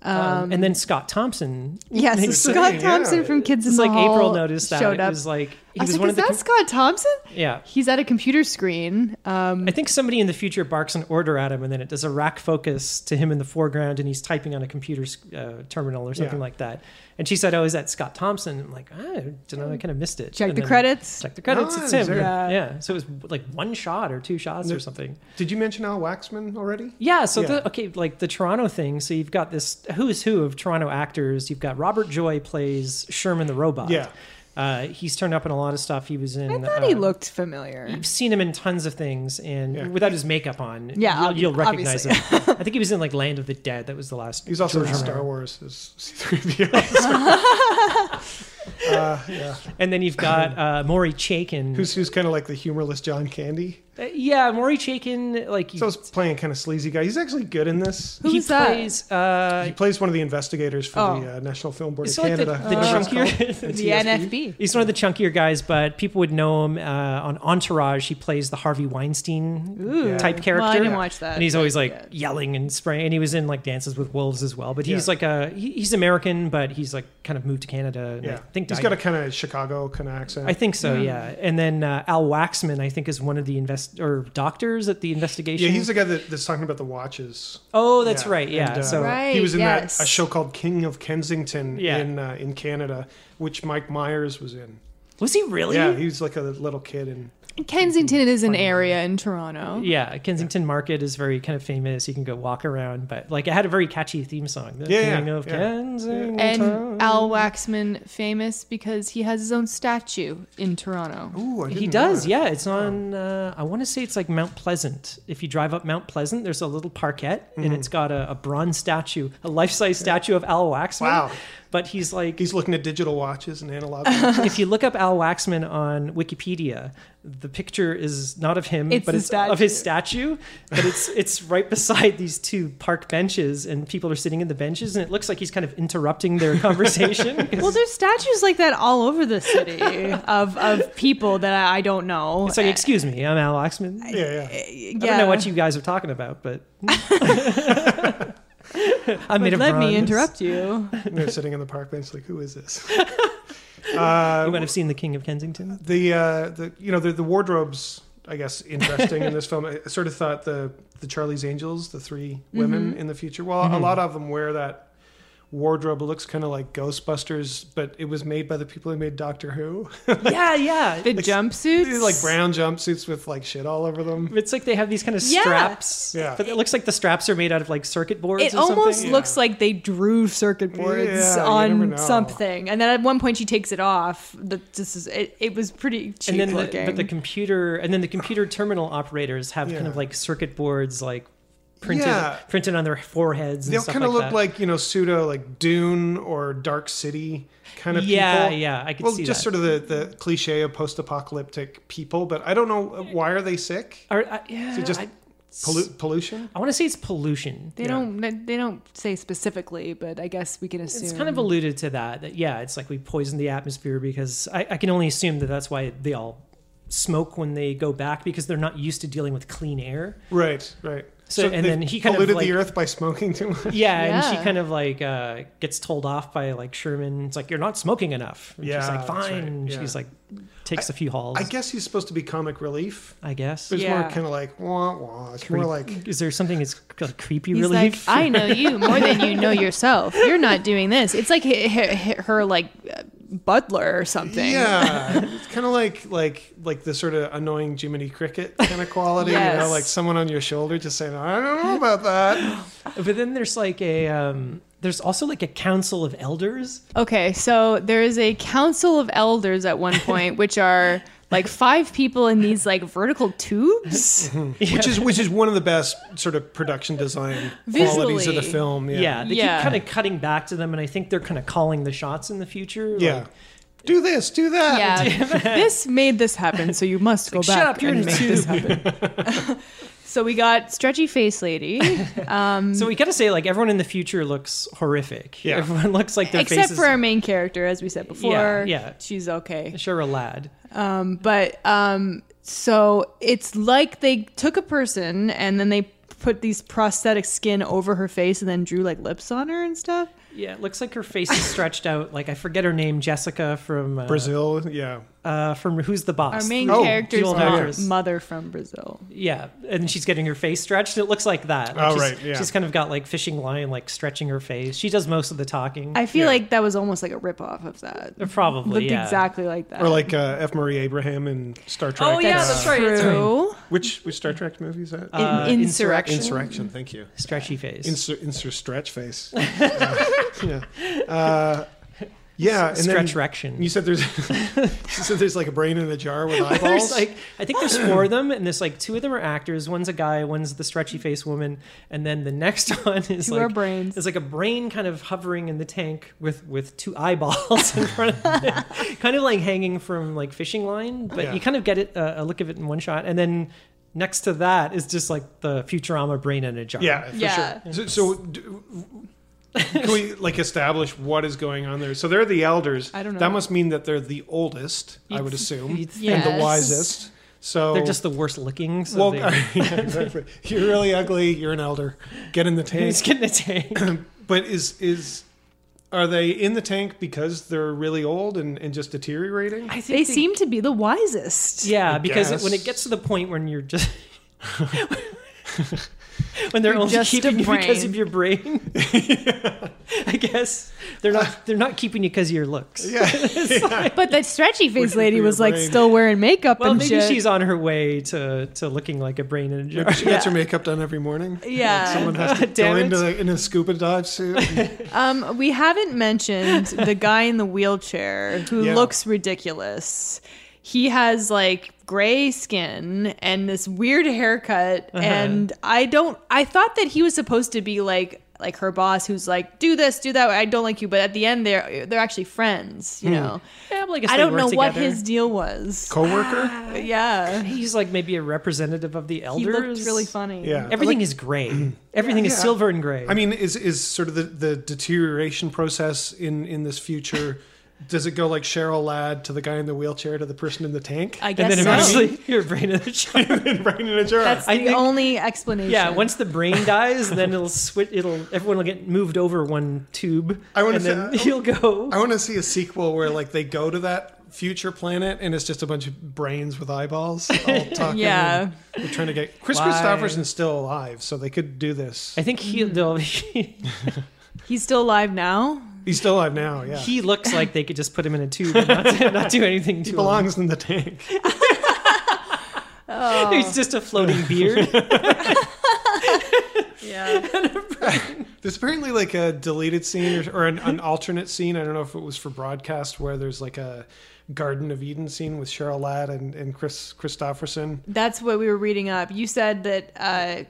S2: Um, and then Scott Thompson.
S1: Yes,
S2: It's
S1: Scott
S3: yeah.
S1: Thompson from Kids in
S2: It's
S1: the
S2: like
S1: Hall
S2: April noticed that
S1: showed
S2: it
S1: up.
S2: was like he
S1: I was,
S2: was
S1: like,
S2: one
S1: "Is
S2: of the
S1: that
S2: com-
S1: Scott Thompson?
S2: yeah.
S1: He's at a computer screen." Um,
S2: I think somebody in the future barks an order at him, and then it does a rack focus to him in the foreground, and he's typing on a computer uh, terminal or something
S3: Yeah.
S2: like that. And she said, "Oh, is that Scott Thompson?" I'm like, I don't know. I kind of missed it.
S1: check
S2: And
S1: the
S2: then-
S1: credits.
S2: Check the credits. it's
S3: Nice,
S2: him.
S1: yeah.
S2: Yeah. So it was like one shot or two shots or something.
S3: Did you mention Al Waxman already?
S2: Yeah. So
S3: Yeah.
S2: The, okay, like the Toronto thing. So you've got this who's who of Toronto actors. You've got Robert Joy plays Sherman the robot.
S3: Yeah.
S2: Uh, he's turned up in a lot of stuff. He was in.
S1: I thought he
S2: uh,
S1: looked familiar.
S2: You've seen him in tons of things, and
S3: Yeah.
S2: without his makeup on,
S1: Yeah,
S2: you'll, you'll
S1: ob-
S2: recognize him. I think he was in like Land of the Dead. That was the last.
S3: He's also
S2: George
S3: in
S2: Romero.
S3: Star Wars as C-3PO. uh, yeah.
S2: And then you've got uh, Maury Chaykin.
S3: Who's who's kind of like the humorless John Candy.
S2: Uh, yeah, Maury Chaykin. Like you-
S3: So he's playing kind of sleazy guy. He's actually good in this.
S1: Who
S2: he
S1: was that?
S2: plays. Uh,
S3: He plays one of the investigators for
S1: Oh.
S3: the uh, National Film Board
S2: he's
S3: of
S2: like the,
S3: Canada.
S2: the
S3: Whatever it's called.
S2: chunkier.
S1: The NFB.
S2: he's one of the chunkier guys, but people would know him uh, on Entourage. He plays the Harvey Weinstein
S1: Ooh.
S2: type character.
S1: Well, I didn't watch that.
S2: and he's always like
S1: Yeah.
S2: yelling and spraying. And he was in like Dances with Wolves as well. But he's
S3: Yeah.
S2: like a he, he's American, but he's like kind of moved to Canada. And
S3: Yeah,
S2: I think
S3: he's
S2: died-
S3: got a kind of Chicago kind of accent.
S2: I think so, yeah. And then uh, Al Waxman, I think, is one of the invest or doctors at the investigation.
S3: yeah, he's the guy that, that's talking about the watches.
S2: oh, that's
S3: Yeah,
S2: right. Yeah.
S3: and, uh,
S2: so
S1: Right.
S3: he was in
S1: yes.
S3: that a show called King of Kensington
S2: Yeah.
S3: in uh, in Canada, which Mike Myers was in.
S2: was he really?
S3: Yeah, he was like a little kid, and
S1: Kensington is an area in Toronto.
S2: Yeah, Kensington Market is very kind of famous. You can go walk around, but like it had a very catchy theme song. The
S3: Yeah,
S2: King
S3: yeah,
S2: of
S3: yeah.
S2: Kensington.
S1: And Al Waxman famous because he has his own statue in Toronto.
S3: ooh, I
S2: He
S3: didn't
S2: does,
S3: know
S2: yeah. It's on. Uh, I want to say it's like Mount Pleasant. If you drive up Mount Pleasant, there's a little parquet,
S3: Mm-hmm.
S2: and it's got a, a bronze statue, a life-size statue of Al Waxman.
S3: Wow.
S2: But he's like,
S3: that. He's looking at digital watches and analog. watches.
S2: if you look up Al Waxman on Wikipedia, the picture is not of him,
S1: It's
S2: but
S1: the
S2: it's of his statue. But it's it's right beside these two park benches, and people are sitting in the benches, and it looks like he's kind of interrupting their conversation.
S1: Well, there's statues like that all over the city of of people that I, I don't know.
S2: it's like, excuse me, I'm Al Waxman. I
S3: yeah, yeah.
S1: yeah.
S2: don't know what you guys are talking about, but I made
S1: But
S2: of
S1: let
S2: bronze.
S1: me interrupt you.
S3: And they're sitting in the park bench, like, who is this? Uh,
S2: You might have seen the King of Kensington.
S3: the uh, the you know the, the wardrobes I guess interesting in this film. I sort of thought the the Charlie's Angels, the 3
S2: Mm-hmm.
S3: women in the future. Well, a lot of them wear that wardrobe. It looks kind of like Ghostbusters, but it was made by the people who made Doctor Who.
S2: yeah, yeah.
S1: The jumpsuits,
S3: These, like brown jumpsuits with like shit all over them.
S2: It's like they have these kind of
S1: Yeah.
S2: straps,
S3: Yeah.
S2: but it looks like the straps are made out of like circuit boards.
S1: It
S2: or something.
S1: almost
S3: Yeah.
S1: looks like they drew circuit boards
S3: Yeah, you never
S1: on
S3: know.
S1: something, and then at one point she takes it off. That this is it. It was pretty cheap
S2: and then
S1: looking.
S2: The, but the computer and then the computer terminal operators have kind of
S3: Yeah.
S2: like circuit boards like printed
S3: Yeah.
S2: printed on their foreheads and
S3: They'll
S2: stuff
S3: kind of
S2: like
S3: look
S2: that.
S3: like you know pseudo like Dune or Dark City kind of
S2: yeah
S3: people.
S2: yeah i could
S3: Well,
S2: see
S3: just
S2: that
S3: sort of the, the cliche of post-apocalyptic people, but I don't know uh, why are they sick?
S2: Or, I- yeah,
S3: Is it just
S2: Uh, I,
S3: Pollu- pollution?
S2: want to say it's pollution
S1: they
S3: yeah.
S1: don't. They don't say specifically, but I guess we can assume
S2: it's kind of alluded to that that yeah it's like we poisoned the atmosphere because i, I can only assume that that's why they all smoke when they go back because they're not used to dealing with clean air.
S3: Right, right.
S2: So- and
S3: they
S2: then he kind of,
S3: polluted
S2: like-
S3: the earth by smoking too much.
S2: Yeah, and
S4: Yeah.
S2: she kind of like uh, gets told off by like Sherman. It's like you're not smoking enough. And she's
S3: Yeah,
S2: like
S3: that's right.
S2: fine. And
S3: Yeah.
S2: She's like takes a few hauls.
S3: I guess he's supposed to be comic relief.
S2: I guess.
S3: But it's
S4: Yeah.
S3: more kind of like wah wah. It's more like
S2: Is there something that's c- creepy
S4: He's
S2: relief?
S3: "Ah."
S4: like, I know you more than you know yourself. You're not doing this. It's like hi- hi- hi- her like uh, butler or something.
S3: Yeah, it's kind of like like like the sort of annoying Jiminy Cricket kind of quality, you know,
S4: Yes.
S3: like someone on your shoulder just saying, "I don't know about that."
S2: but then there's like a um, there's also like a council of elders.
S4: Okay, so there is a council of elders at one point, which are like five people in these like vertical tubes.
S2: Mm-hmm.
S3: Which is which is one of the best sort of production design qualities of the
S4: Visually.
S3: film. Yeah.
S2: Yeah, they
S4: Yeah.
S2: keep kind of cutting back to them, and I think they're kind of calling the shots in the future.
S3: Yeah.
S2: like,
S3: do this, do that.
S4: yeah, this made this happen, so you must go back.
S2: shut up, you're in
S4: and
S2: a
S4: make
S2: tube.
S4: this happen. so we got stretchy face lady, Mm.
S2: So we gotta say, like, everyone in the future looks horrific.
S3: Yeah.
S2: Everyone looks like their
S4: except
S2: faces.
S4: for our main character, as we said before.
S2: yeah.
S4: she's okay.
S2: sure, a lad.
S4: but um so it's like they took a person and then they put these prosthetic skin over her face and then drew like lips on her and stuff
S2: Yeah, it looks like her face is stretched out. Like I forget her name, Jessica from uh,
S3: Brazil, yeah.
S2: Uh, from Who's the Boss?
S4: our main
S3: Oh,
S4: character's
S2: dual
S4: mom-
S2: actress.
S4: mother from brazil
S2: Yeah, and she's getting her face stretched. It looks like that. Like
S3: Oh,
S2: she's,
S3: right, yeah.
S2: She's kind of got like fishing line, like stretching her face. She does most of the talking.
S4: i feel
S3: Yeah.
S4: like that was almost like a ripoff of that
S2: Probably
S4: looked
S2: yeah.
S4: exactly like that
S3: Or like uh, F. Murray Abraham in Star Trek.
S1: Oh, yeah,
S3: uh,
S1: that's right, that's right.
S4: True.
S3: Which which Star Trek movie is that?
S2: Uh,
S4: In-
S2: insurrection.
S3: Insurrection. Thank you.
S2: Stretchy face.
S3: Insert insert stretch face. Uh, yeah. Uh, yeah, and then
S2: Stretchrection.
S3: you said there's you said there's like a brain in a jar with
S2: there's
S3: eyeballs.
S2: like I think there's four of them, and there's like two of them are actors. One's a guy, one's the stretchy face woman, and then the next one is
S4: Two
S2: like
S4: are brains.
S2: It's like a brain kind of hovering in the tank with with two eyeballs in front of it, kind of like hanging from like fishing line. But
S3: Yeah.
S2: you kind of get it uh, a look of it in one shot, and then next to that is just like the Futurama brain in a jar.
S3: yeah, for
S4: Yeah.
S3: sure. So, so do, can we like establish what is going on there? So they're the elders.
S4: I don't know.
S3: That must mean that they're the oldest, I would
S2: You'd-
S3: assume,
S2: you'd
S4: think.
S3: and
S4: Yes.
S3: the wisest. So
S2: They're just the worst looking. So
S3: well,
S2: they,
S3: yeah, exactly. You're really ugly. You're an elder. Get in the tank.
S2: he's getting a tank.
S3: But is is are they in the tank because they're really old and, and just deteriorating?
S2: I
S4: they
S2: think
S4: seem to be the wisest
S2: Yeah, because it,
S3: guess.
S2: when it gets to the point when you're just when they're
S4: You're
S2: only
S4: just
S2: keeping
S4: a
S2: you because of
S4: brain.
S2: your brain, I guess they're not they're not keeping you because of your looks.
S3: Yeah.
S4: but that stretchy face
S3: Looking
S4: lady
S3: for your
S4: was like
S3: brain.
S4: still wearing makeup
S2: Well,
S4: and
S2: maybe
S4: shit
S2: she's on her way to to looking like a brain in a jar.
S3: She gets her makeup done every morning.
S4: yeah
S3: Someone has to
S2: Damn
S3: go into
S2: it.
S3: the, in a scuba dive suit.
S4: Um, we haven't mentioned the guy in the wheelchair who
S3: Yeah.
S4: looks ridiculous. He has like gray skin and this weird haircut,
S2: Uh-huh.
S4: and I don't. I thought that he was supposed to be like like her boss, who's like, "Do this, do that. I don't like you." But at the end, they're they're actually friends. You know,
S2: Yeah, well, Hmm. I, guess
S4: I
S2: they
S4: don't
S2: work
S4: know what
S2: together.
S4: his deal was.
S3: Coworker.
S4: Yeah,
S2: He's like maybe a representative of the elders.
S4: he looked really funny.
S3: Yeah.
S2: Everything is gray. Everything is
S3: Yeah.
S2: silver and gray.
S3: I mean, is is sort of the, the deterioration process in in this future? Does it go like Cheryl Ladd to the guy in the wheelchair to the person in the tank?
S4: I
S2: and
S4: guess
S2: then
S4: so.
S2: eventually your brain in a jar.
S3: right in a jar.
S4: That's
S2: I
S4: the
S2: think-
S4: only explanation.
S2: Yeah, once the brain dies, then it'll switch. It'll everyone will get moved over one tube.
S3: I wanna
S2: and then
S3: say-
S2: you'll go.
S3: I want to see a sequel where like they go to that future planet and it's just a bunch of brains with eyeballs all talking.
S4: Yeah.
S3: and they're trying to get Chris
S2: Why?
S3: Christopherson's still alive, so they could do this.
S2: I think he they'll- he,
S4: he's still alive now.
S3: He's still alive now. Yeah, he
S2: he looks like they could just put him in a tube and not, not do anything to
S3: belongs in the tank.
S2: him. He's just a floating beard.
S4: Yeah.
S3: There's apparently like a deleted scene or, or an, an alternate scene. I don't know if it was for broadcast where there's like a Garden of Eden scene with Cheryl Ladd and, and Chris Christopherson.
S4: That's what we were reading up. You said that uh,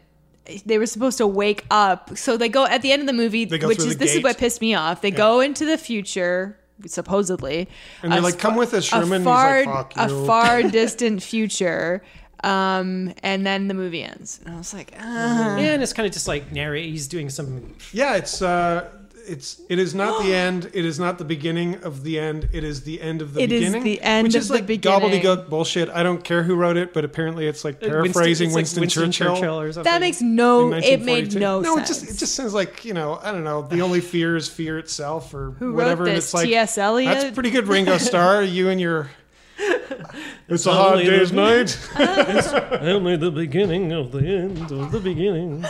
S4: they were supposed to wake up. So they go at the end of the movie,
S3: They go
S4: which
S3: through
S4: is
S3: the
S4: this is
S3: gate.
S4: what pissed me off. They go into the future, supposedly.
S3: And they're
S4: a
S3: like,
S4: sp-
S3: "Come with us, Sherman."
S4: A
S3: He's
S4: far,
S3: like, "Fuck
S4: a
S3: you."
S4: far distant future. Um, and then the movie ends. And I was like, ah.
S2: and it's kind of just like narrate. He's doing some.
S3: Yeah, it's uh, it's it is not the end. It is not the beginning of the end. It is the end of the
S4: It is
S3: beginning.
S4: the end
S3: which
S4: of
S3: is
S4: the
S3: like
S4: beginning.
S3: gobbledygook bullshit. I don't care who wrote it, but apparently it's like paraphrasing
S2: uh, it's like
S3: Winston, Churchill.
S2: or something.
S4: That makes no.
S3: in
S4: Oh, It made
S3: 1942.
S4: no,
S3: No,
S4: sense.
S3: it just it just sounds like you know I don't know. The only fear is fear itself, or
S4: Who wrote
S3: whatever. and
S4: this?
S3: it's like
S4: T.S. Eliot.
S3: That's pretty good, Ringo Starr. You and your. It's a hard
S2: Only the-
S3: day's night.
S2: only the beginning of the end of the beginning.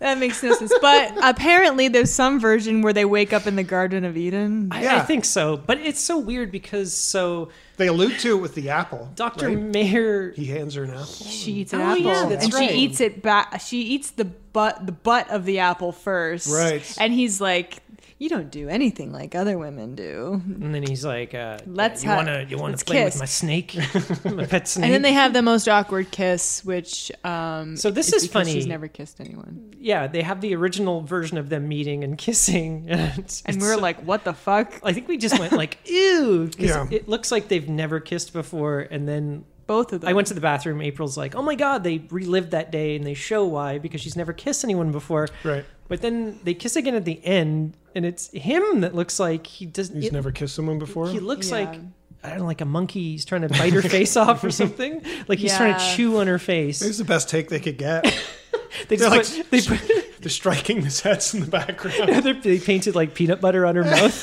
S4: That makes no sense. But apparently, there's some version where they wake up in the Garden of Eden.
S2: I, I
S3: Yeah.
S2: think so, but it's so weird because so
S3: They allude to it with the apple.
S2: Doctor
S3: right?
S2: Mayer.
S3: He hands her now.
S4: She eats an
S2: Oh,
S4: apple,
S2: yeah, that's
S4: and
S2: right.
S4: she eats it back. She eats the butt, the butt of the apple first,
S3: Right.
S4: And he's like, "You don't do anything like other women do."
S2: And then he's like, uh,
S4: Let's
S2: you
S4: ha-
S2: wanna you wanna
S4: let's
S2: play
S4: kiss.
S2: with my snake, my pet snake.
S4: And then they have the most awkward kiss, which
S1: uh,
S4: um,
S2: So this
S4: it's
S2: is
S4: because
S2: funny.
S4: She's never kissed anyone,
S2: yeah, they have the original version of them meeting and kissing, and, it's-
S4: and
S2: it's
S4: we're
S2: so-
S4: like, "What the fuck?"
S2: I think we just went like, ew, 'cause
S3: Yeah.
S2: it looks like they've never kissed before. And then
S4: Both of them.
S2: I went to the bathroom. April's like, oh my god, they relived that day, and they show why because she's never kissed anyone before.
S3: Right.
S2: But then they kiss again at the end, and it's him that looks like he does.
S3: He's
S2: it-
S3: never kissed someone before.
S2: He looks
S4: Yeah.
S2: like I don't know, like a monkey. He's trying to bite her face off or something. Like he's trying to
S4: Yeah.
S2: chew on her
S3: It was
S2: face.
S3: the best take they could get.
S2: They
S3: They're
S2: just
S3: like,
S2: put, they put
S3: They're striking his heads in the background.
S2: they're- they painted like peanut butter on her mouth.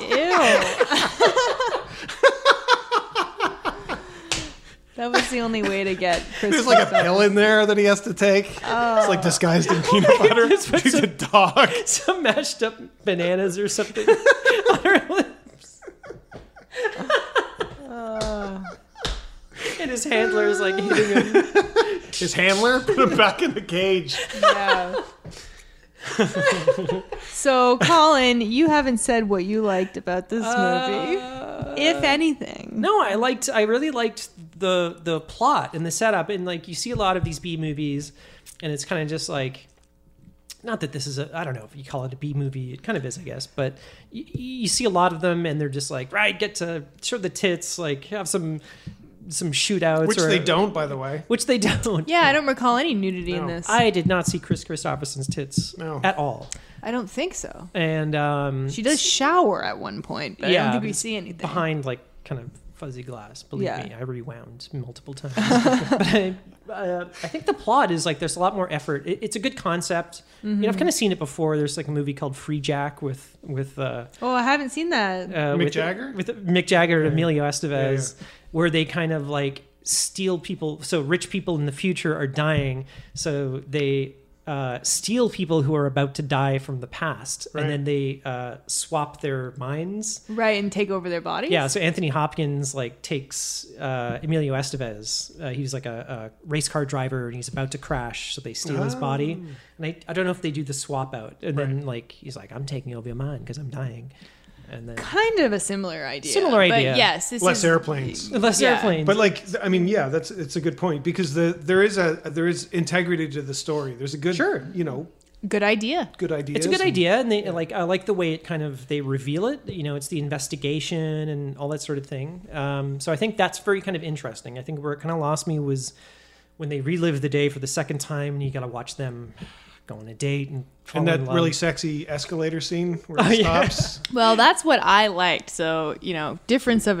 S4: Ew. that was the only way to get Chris.
S3: There's like a pill in there that he has to take. It's like disguised in peanut butter.
S2: This was
S3: He's
S2: a-
S3: a dog.
S2: Some mashed up bananas or something on her lips. And his handler is like hitting him.
S3: His handler put him back in the cage.
S4: Yeah. so, Colin, you haven't said what you liked about this
S2: Uh,
S4: movie, if anything.
S2: No, I liked. I really liked the the plot and the setup, and like you see a lot of these B movies, and it's kind of just like, not that this is a. I don't know if you call it a B movie. It kind of is, I guess. But you, you see a lot of them, and they're just like, right, get to show the tits, like have some some shootouts,
S3: Which
S2: or,
S3: they don't, by the way.
S2: Which they don't.
S4: Yeah, I don't recall any nudity in
S3: No.
S4: this. I,
S2: I did not see Chris Christopherson's tits
S3: No.
S2: at all,
S4: don't think so.
S2: and um,
S4: She does shower at one point, but I
S2: Yeah, Uh-huh.
S4: don't think
S2: but
S4: we
S2: it's
S4: see anything.
S2: behind like kind of fuzzy glass. Believe
S4: Yeah.
S2: me, I rewound multiple times. but I, uh, I think the plot is like there's a lot more effort. It, it's a good concept. You know, I've kind of seen it before. There's like a movie called Free Jack with with uh,
S4: Oh, I haven't seen that.
S2: uh,
S3: Mick
S2: with,
S3: Jagger?
S2: with Mick Jagger and Emilio Estevez,
S3: Yeah, yeah.
S2: where they kind of like steal people. So rich people in the future are dying, so they uh, steal people who are about to die from the past,
S3: Right.
S2: and then they uh, swap their minds.
S4: Right, and take over their bodies?
S2: Yeah, so Anthony Hopkins like takes uh, Emilio Estevez. Uh, he's like a, a race car driver, and he's about to crash, so they steal his body.
S3: Oh.
S2: And I, I don't know if they do the swap out, and then like he's like, "I'm taking over your mind because I'm dying," and then
S4: Kind of a similar idea.
S2: Similar idea.
S4: But yes, this
S3: Less
S4: is-
S3: airplanes.
S2: unless
S4: Yeah.
S2: airplanes.
S3: But like, th- I mean, yeah, that's it's a good point because the there is a there is integrity to the story. There's a good,
S2: Sure.
S3: you know,
S4: Good idea.
S3: good idea.
S2: it's a good idea, and they like I like the way it kind of they reveal it. You know, it's the investigation and all that sort of thing. Um, so I think that's very kind of interesting. I think where it kind of lost me was when they relive the day for the second time, and you got to watch them go on a date and fall
S3: And
S2: in
S3: that
S2: love.
S3: really sexy escalator scene where
S2: Oh,
S3: it
S2: yeah.
S3: stops.
S4: Well, that's what I liked. So, you know, difference of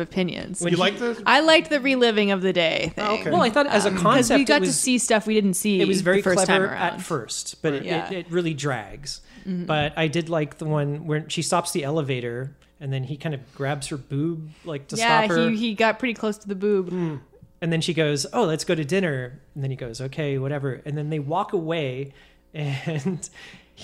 S4: opinions.
S2: When
S3: You
S2: he-
S3: like the
S4: I liked the reliving of the day thing.
S3: okay.
S2: Well, I thought as a
S4: Because
S2: concept,
S4: Um, we got
S2: it was,
S4: to see stuff we didn't see.
S2: it was very
S4: the first
S2: clever
S4: time around.
S2: at first, but it,
S4: Yeah. Mm-hmm.
S2: it, it really drags. But I did like the one where she stops the elevator, and then he kind of grabs her boob like to
S4: yeah,
S2: stop her, Hmm.
S4: he he got pretty close to the boob.
S2: and then she goes, "Oh, let's go to dinner," and then he goes, "Okay, whatever," and then they walk away, and.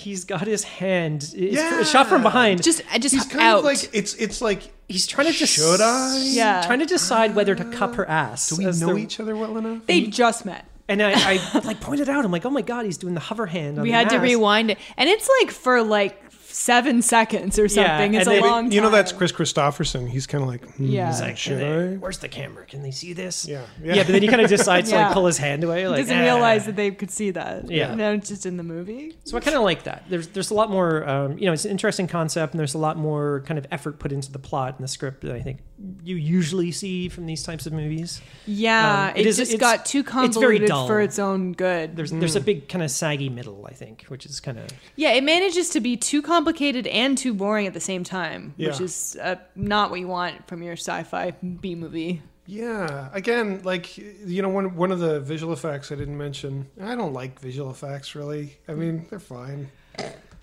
S2: He's got his hand. It's
S3: Yeah.
S2: it's shot from behind.
S4: Just I just
S3: he's kind
S4: out.
S3: of like it's it's like
S2: he's trying to just
S3: Should I? Ah.
S4: Yeah.
S2: Trying to decide whether to cup her ass.
S3: do we
S2: as
S3: know
S2: they're-
S3: each other well enough?
S4: they just met.
S2: And I, I like pointed out. I'm like, oh my god, he's doing the hover hand. On
S4: We
S2: the
S4: had to
S2: ass."
S4: rewind it, and it's like for like seven seconds or
S2: Yeah,
S4: something. it's
S2: and they-
S4: a long time.
S3: You know that's Chris Christopherson. He's kind of like, hmm,
S4: Yeah.
S2: It's like,
S3: should
S2: can
S3: I?
S2: they- where's the camera? Can they see this?
S3: Yeah,
S2: Yeah,
S3: yeah.
S2: but then he kind of decides to
S4: Yeah.
S2: like pull his hand away. Like,
S4: doesn't
S2: "Ah."
S4: realize that they could see that.
S2: Yeah. Um,
S4: No, it's just in the movie.
S2: So I kind of like that. There's there's a lot more. Um, you know, it's an interesting concept, and there's a lot more kind of effort put into the plot and the script that I think you usually see from these types of movies.
S4: Yeah,
S2: Um, it
S4: it,
S2: is-
S4: just
S2: it's-
S4: got too
S2: it's
S4: convoluted
S2: very dull.
S4: for its own good.
S2: There's there's
S3: Mm.
S2: a big kind of saggy middle, I think, which is kind of
S4: yeah, it manages to be too complicated and too boring at the same time, which
S3: Yeah.
S4: is uh, not what you want from your sci-fi B movie.
S3: Yeah. Again, like you know, one one of the visual effects I didn't mention. I don't like visual effects really. I mean, they're fine.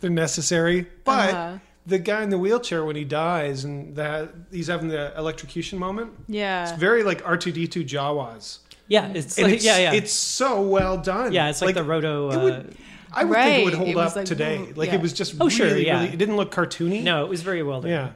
S3: They're necessary. But
S4: Uh-huh.
S3: the guy in the wheelchair when he dies and that he's having the electrocution moment.
S4: Yeah.
S3: It's very like R two D two Jawas.
S2: yeah. It's
S3: Mm. And
S2: Uh. like,
S3: it's,
S2: yeah yeah
S3: It's so well done.
S2: yeah. It's like, the roto.
S3: it
S2: Uh,
S3: would- I would think it would
S4: Right.
S3: hold
S4: It was
S3: up
S4: like,
S3: today.
S4: whoa,
S3: like
S4: yeah.
S3: it was just
S2: Oh, sure,
S3: really,
S2: yeah.
S3: really it didn't look cartoony.
S2: no, it was very well done.
S3: Yeah.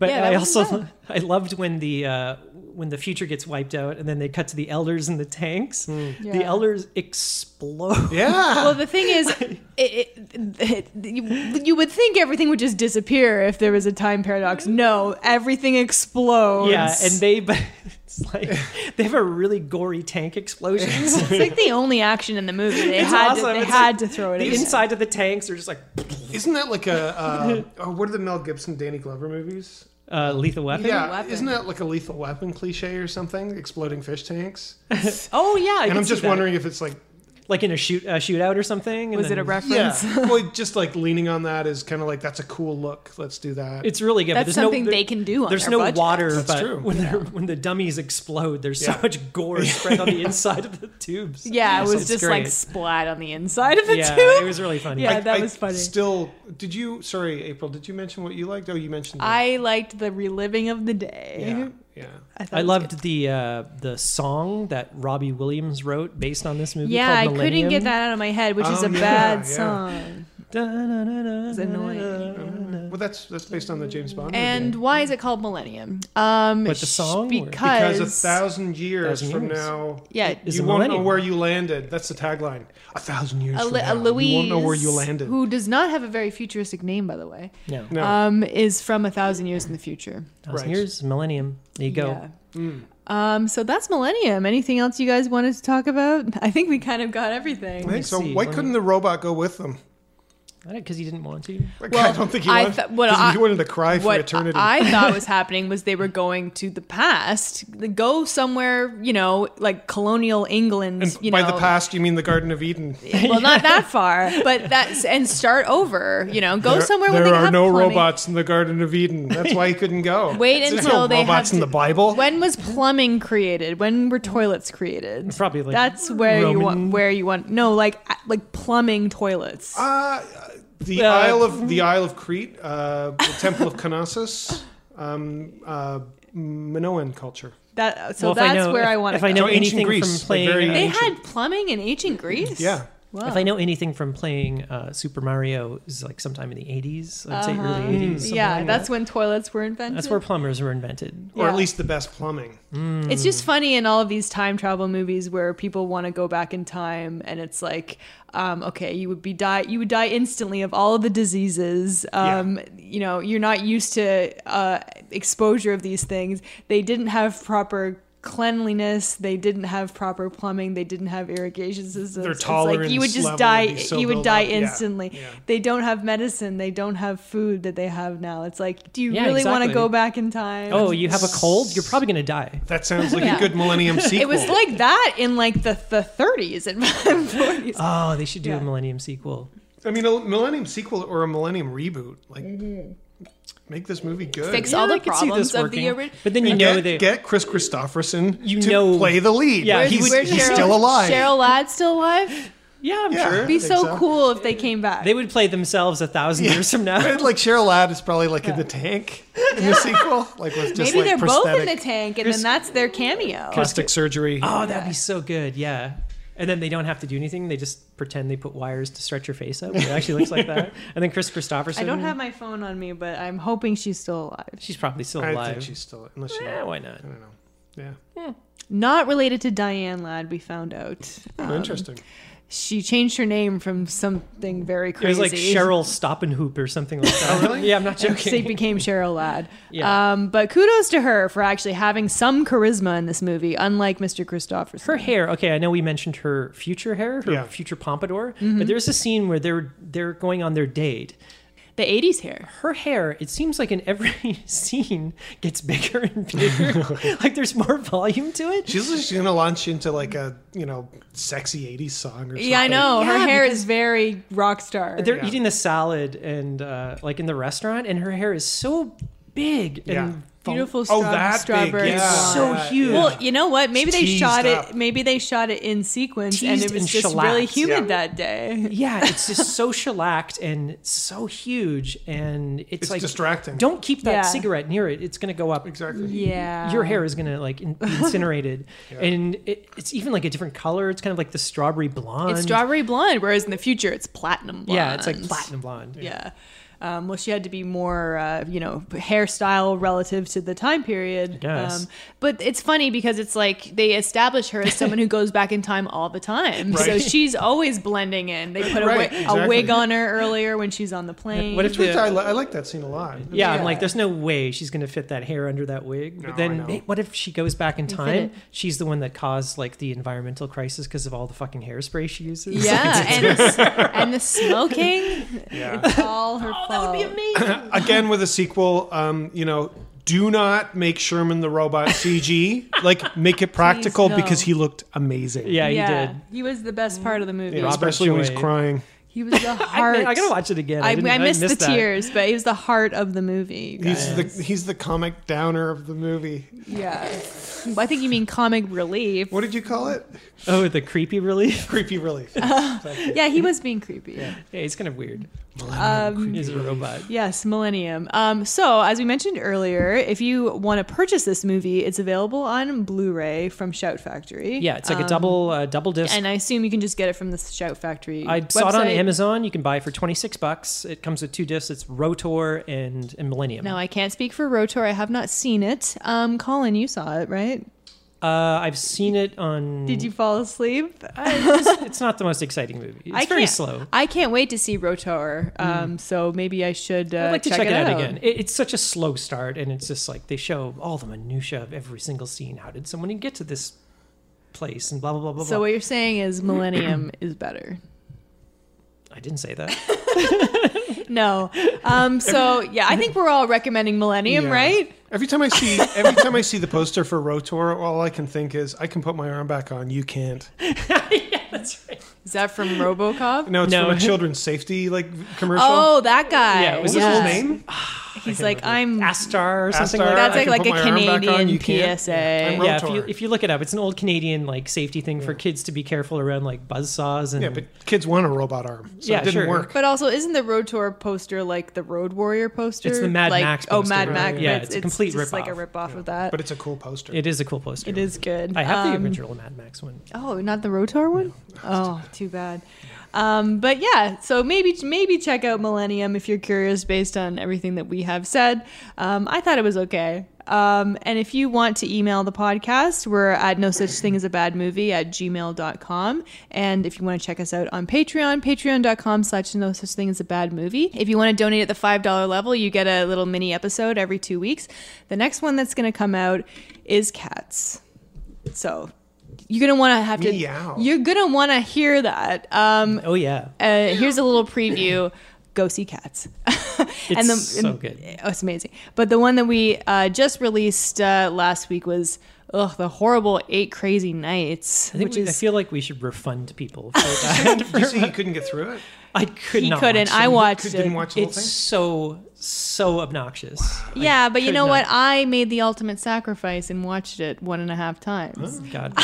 S2: But
S4: Yeah, that
S2: I
S4: was
S2: also I loved when the uh, when the future gets wiped out and then they cut to the elders in the tanks. The
S3: Mm.
S4: Yeah.
S2: elders explode.
S3: Yeah.
S4: Well, the thing is, it, it, it, you, you would think everything would just disappear if there was a time paradox. No, everything explodes.
S2: Mm-hmm. Yeah, and they but it's like they have a really gory tank explosions.
S4: it's like the only action in the movie. They
S2: It's
S4: had
S2: awesome.
S4: to, they
S2: It's
S4: had
S2: like
S4: to throw it
S2: the
S4: in.
S2: inside of the tanks are just like
S3: Isn't that like a uh, oh, what are the Mel Gibson, Danny Glover movies?
S2: uh, lethal weapon.
S3: yeah,
S4: Weapon.
S3: isn't that like a Lethal Weapon cliche or something? Exploding fish tanks.
S4: Oh yeah, I
S3: and
S4: can
S3: I'm
S4: see
S3: just
S4: that.
S3: wondering if it's like
S2: like in a shoot a shootout or something. and
S4: Was it
S2: then-
S4: a
S3: yeah,
S4: reference?
S3: well, just like leaning on that is kind of like that's a cool look. Let's do that.
S2: It's really good. but there's
S4: That's something
S2: no, there-
S4: they can do. On
S2: There's
S4: their
S2: no
S4: budget.
S2: water,
S3: That's
S2: but
S3: true.
S2: when they're- when the dummies explode, there's so
S3: Yeah.
S2: much gore spread on the inside of the tubes.
S4: Yeah, it
S2: So
S4: was
S2: it's
S4: just
S2: great.
S4: like splat on the inside of the
S2: yeah,
S4: tube.
S2: it was really funny.
S4: Yeah.
S3: I-
S4: that
S3: I
S4: was funny.
S3: Still, did you? Sorry, April. Did you mention what you liked? Oh, you mentioned. the-
S4: I liked the reliving of the day.
S3: Yeah, yeah.
S4: thought
S2: I
S4: it was
S2: loved the uh, the song that Robbie Williams wrote based on this
S4: good.
S2: movie.
S4: Yeah, I
S2: called
S4: couldn't get that out of my head, which is
S3: Oh,
S4: a
S3: yeah,
S4: bad
S3: yeah.
S4: song.
S2: It's
S4: annoying.
S3: Well, that's that's based on the James Bond.
S4: And
S3: movie.
S4: why is it called Millennium? Um,
S2: But the song, or-
S4: because,
S3: because a thousand years
S2: Thousand
S3: from
S2: years.
S3: now,
S4: yeah,
S2: Is
S3: you
S2: a
S3: won't know
S2: millennium.
S3: where you landed. That's the tagline. A thousand years
S4: a,
S3: from
S4: Li-
S3: now,
S4: a Louise,
S3: you won't know where you landed.
S4: who does not have a very futuristic name, by the way,
S2: No,
S3: no,
S4: um, is from a thousand years in the future.
S2: thousand
S3: right.
S2: years, millennium. There you go.
S3: Mm.
S4: Um, so that's Millennium. Anything else you guys wanted to talk about? I think we kind of got everything.
S3: I think so.
S2: see,
S3: Why
S2: let me-
S3: couldn't the robot go with them?
S2: because he didn't want to.
S3: Like,
S4: Well,
S3: I don't think he
S4: I
S3: wanted.
S4: thought- what
S3: 'cause
S4: I-
S3: he wanted to cry for
S4: what
S3: eternity.
S4: I thought was happening was they were going to the past, They go somewhere, you know, like colonial England,
S3: and
S4: you
S3: by
S4: know,
S3: the past, you mean the Garden of Eden.
S4: Well, not that far, but that's and start over, you know, go somewhere where
S3: there
S4: they
S3: are
S4: have
S3: no
S4: plumbing.
S3: robots in the Garden of Eden. That's why he couldn't go.
S4: Wait
S3: There's
S4: until
S3: no
S4: they
S3: robots
S4: have
S3: in
S4: to-
S3: the Bible.
S4: When was plumbing created? When were toilets created?
S2: Probably, like,
S4: that's where you want
S2: Roman-
S4: where you want no like uh, like plumbing toilets.
S3: Uh, the
S2: Uh,
S3: Isle of the Isle of Crete, uh, the Temple of Knossos, um, uh, Minoan culture.
S4: that so
S2: Well, if I
S4: that's
S2: know-
S4: where
S2: if-
S4: I want
S2: If
S4: to
S2: I know
S4: go.
S3: So ancient
S2: anything
S3: Greece,
S2: from
S3: like
S2: playing,
S3: very
S2: uh,
S4: They
S3: ancient-
S4: had plumbing in ancient Greece.
S3: Yeah.
S4: Wow.
S2: if I know anything from playing uh, Super Mario, it was like sometime in the '80s. I'd say early '80s. something
S4: Uh-huh. Mm, yeah,
S2: like
S4: that's
S2: that.
S4: when toilets were invented.
S2: that's where plumbers were invented. Mm.
S3: Or
S4: Yeah.
S3: at least the best plumbing.
S4: It's
S3: Hmm.
S4: just funny in all of these time travel movies where people want to go back in time, and it's like, um, okay, you would be die, you would die instantly of all of the diseases. Um, You know, you're not used to uh, exposure of these things. They didn't have proper cleanliness. They didn't have proper plumbing. They didn't have irrigation systems.
S3: Their
S4: It's like
S3: tolerance
S4: you would just
S3: level
S4: die.
S3: would be so
S4: you would
S3: built
S4: die
S3: up. Yeah.
S4: instantly.
S3: Yeah.
S4: They don't have medicine. They don't have food that they have now. It's like, do you
S2: Yeah,
S4: really want to
S2: exactly.
S4: go back in time?
S2: Oh, you have a cold? You're probably gonna die.
S3: That sounds like
S4: Yeah.
S3: a good Millennium sequel.
S4: It was like that in like the, the 30s and 40s.
S2: Oh, they should do
S4: Yeah.
S2: a Millennium sequel.
S3: I mean, a Millennium sequel or a Millennium reboot. Like, make this movie good.
S4: Fix all the
S2: I could see
S4: problems
S2: this
S4: of the
S2: working.
S4: original.
S2: But then you
S3: get,
S2: know they
S3: get Chris Christopherson
S2: You
S3: to
S2: know-
S3: play the lead.
S2: Yeah,
S3: he's,
S2: he would-
S3: he's still alive.
S4: Cheryl Ladd's still alive.
S2: Yeah, I'm
S3: Yeah.
S2: sure.
S4: It'd be
S3: I think
S4: so,
S3: so.
S4: cool if they came back.
S2: They would play themselves a thousand years from now.
S3: Right, like Cheryl Ladd is probably like in the tank in the sequel, like with just
S4: Maybe
S3: like
S4: they're
S3: prosthetic
S4: both in the tank, and then that's their cameo.
S3: plastic surgery.
S2: Oh, that'd be so good. Yeah. And then they don't have to do anything. They just pretend they put wires to stretch your face up. It actually looks like that. And then Chris Christopherson.
S4: I don't have my phone on me, but I'm hoping she's still alive.
S2: She's probably still
S3: I
S2: alive.
S3: think she's still unless she.
S2: Eh,
S3: I
S2: why not?
S3: don't know. Yeah.
S4: Not related to Diane Ladd, we found out. Um,
S3: Oh, interesting.
S4: she changed her name from something very
S2: It was
S4: crazy.
S2: like Cheryl Stoppenhoop or something like that. oh, really? Yeah, I'm not
S4: She
S2: joking.
S4: became Cheryl Ladd.
S2: Yeah.
S4: Um, but kudos to her for actually having some charisma in this movie, unlike Mr. Christopherson.
S2: Her hair. Okay, I know we mentioned her future hair, her
S3: Yeah.
S2: future pompadour, but there's a scene where they're they're going on their date.
S4: the 80s hair.
S2: Her hair, it seems like in every scene, gets bigger and bigger. like there's more volume to it.
S3: She's just gonna launch into like a you know sexy '80s song or something.
S4: Yeah, I know.
S2: Yeah,
S4: her hair is very rock star.
S2: They're
S3: Yeah.
S2: eating the salad and uh, like in the restaurant, and her hair is so big and
S3: Yeah.
S2: fol-
S4: Beautiful
S3: Oh,
S4: stra-
S3: that big,
S4: strawberry.
S3: yeah.
S4: blonde.
S2: so huge.
S4: Well, you know what? Maybe they
S3: Teased
S4: shot
S3: up.
S4: it. Maybe they shot it in sequence, and
S2: Teased
S4: it was
S2: and
S4: just really
S2: shellacked.
S4: humid
S3: Yeah.
S4: that day.
S2: yeah, it's just so shellacked and so huge, and it's,
S3: It's
S2: like
S3: distracting.
S2: Don't keep that
S4: Yeah.
S2: cigarette near it; it's going to go up.
S3: exactly.
S4: Yeah,
S2: Your hair is going to like in- be incinerated, and it, it's even like a different color. It's kind of like the strawberry blonde.
S4: It's strawberry blonde, whereas in the future it's platinum blonde.
S2: Yeah, it's like platinum blonde.
S4: Yeah. Um, well, she had to be more, uh, you know, hairstyle relative to the time period.
S2: guess.
S4: Um, but it's funny because it's like they establish her as someone who goes back in time all the time. So
S3: Right.
S4: she's always blending in. They put a, wi-
S3: Right, exactly.
S4: a wig on her earlier when she's on the plane.
S2: What if
S3: Which was-
S2: the-
S3: I, li- I like that scene a lot.
S2: Yeah, I'm
S4: Yeah.
S2: like, there's no way she's gonna fit that hair under that wig.
S3: No,
S2: But
S3: I
S2: then,
S3: know.
S2: hey, what if she goes back in
S4: it.
S2: time? She's the one that caused like the environmental crisis because of all the fucking hairspray she uses.
S4: yeah, and the, s- and the smoking.
S3: Yeah.
S4: It's all her
S2: Oh,
S4: fault.
S2: amazing.
S3: Again with a sequel, um, you know, do not make Sherman the robot CG. like make it practical
S4: no.
S3: because he looked amazing.
S2: yeah, he did.
S4: He was the best part of the movie.
S3: You know,
S2: Robert
S3: especially when he's
S2: Joy.
S3: crying.
S4: He was the
S2: I,
S4: heart.
S2: I gotta watch it again. I,
S4: I,
S2: didn't,
S4: I missed the
S2: that.
S4: tears, but he was the heart of the movie. you guys.
S3: He's the he's the comic downer of the movie.
S4: Yeah. Well, I think you mean comic relief.
S3: What did you call it?
S2: Oh, the creepy relief.
S3: Creepy relief.
S4: Yeah, he was being creepy.
S2: Yeah, it's kind of weird.
S4: Um,
S2: He's a robot.
S4: yes, Millennium. Um, so, as we mentioned earlier, if you want to purchase this movie, it's available on Blu ray from Shout Factory.
S2: Yeah, it's like
S4: Um,
S2: a double uh, double disc.
S4: And I assume you can just get it from the Shout Factory.
S2: I saw it on
S4: website.
S2: Amazon. You can buy it for 26 bucks. It comes with two discs. It's Rotor and, and Millennium.
S4: No, I can't speak for Rotor. I have not seen it. Um, Colin, you saw it, right?
S2: Uh, I've seen it on.
S4: Did you fall asleep?
S2: it's, it's not the most exciting movie. It's
S4: I
S2: very
S4: can't-
S2: slow.
S4: I can't wait to see Rotor. Um, So maybe I should. Uh,
S2: Mm. I'd like to
S4: check,
S2: check, it out, again. It, it's such a slow start, and it's just like they show all the minutia of every single scene. How did someone get to this place? And blah blah blah blah.
S4: So
S2: blah.
S4: what you're saying is Millennium is better.
S2: I didn't say that.
S4: No. Um, so yeah, I think we're all recommending Millennium,
S3: Yeah.
S4: right?
S3: Every time I see every time I see the poster for Rotor, all I can think is I can put my arm back on. You can't.
S2: yeah, that's right.
S4: Is that from RoboCop?
S3: No, it's
S2: No.
S3: from a children's safety like commercial.
S4: Oh, that guy.
S2: Yeah, was
S3: What was
S2: yeah.
S3: his name?
S4: He's like, I'm.
S2: Astar or something
S3: Astar.
S2: like that.
S4: that's
S3: I
S4: like
S3: can
S4: like
S3: put my
S4: a
S3: arm back on,
S4: Canadian
S3: you can't.
S4: PSA.
S3: I'm
S2: yeah, if you
S3: Rotor.
S2: if you look it up, it's an old Canadian like safety thing for kids to be careful around like buzz saws and
S3: Yeah, but kids want a robot arm, so
S2: Yeah,
S3: it didn't
S2: sure.
S3: work.
S4: But also, isn't the Road Tour poster like the Road Warrior poster?
S2: It's the Mad
S4: like,
S2: Max
S4: Oh,
S2: poster,
S4: Mad
S2: right?
S4: Max.
S2: Yeah,
S4: but
S2: it's a complete
S4: just like a
S2: ripoff.
S4: ripoff of that.
S3: But it's a cool poster.
S2: Uh, it is a cool poster.
S4: it is good.
S2: I have
S4: Um,
S2: the original Mad Max one.
S4: Oh, not the Rotar one? Oh, too bad. Um, but yeah, so maybe maybe check out Millennium if you're curious based on everything that we have said. Um, I thought it was okay. Um, and if you want to email the podcast, we're at no such thing as a bad movie at gmail.com. And if you want to check us out on Patreon, patreon.com slash no such thing as a bad movie. If you want to donate at the $5 level, you get a little mini episode every two weeks. The next one that's going to come out is Cats. So you're gonna want to have to.
S3: Meow.
S4: You're gonna want to hear that. Um,
S2: Oh yeah,
S4: uh, here's a little preview. Go see cats.
S2: it's so good.
S4: Oh, it's amazing. But the one that we uh, just released uh, last week was ugh, the horrible Eight Crazy Nights,
S2: I think
S4: which
S2: we- I
S4: is
S2: feel like we should refund people. For that.
S3: Did you see you couldn't get through it?
S2: I could
S4: he
S2: not.
S4: couldn't.
S2: watch
S4: I
S2: it.
S4: watched
S3: Could,
S4: it.
S3: didn't watch the whole
S2: It's
S3: thing?
S2: so so obnoxious.
S4: yeah, but you
S2: could
S4: know
S2: not.
S4: what? I made the ultimate sacrifice and watched it one and a half times.
S2: God,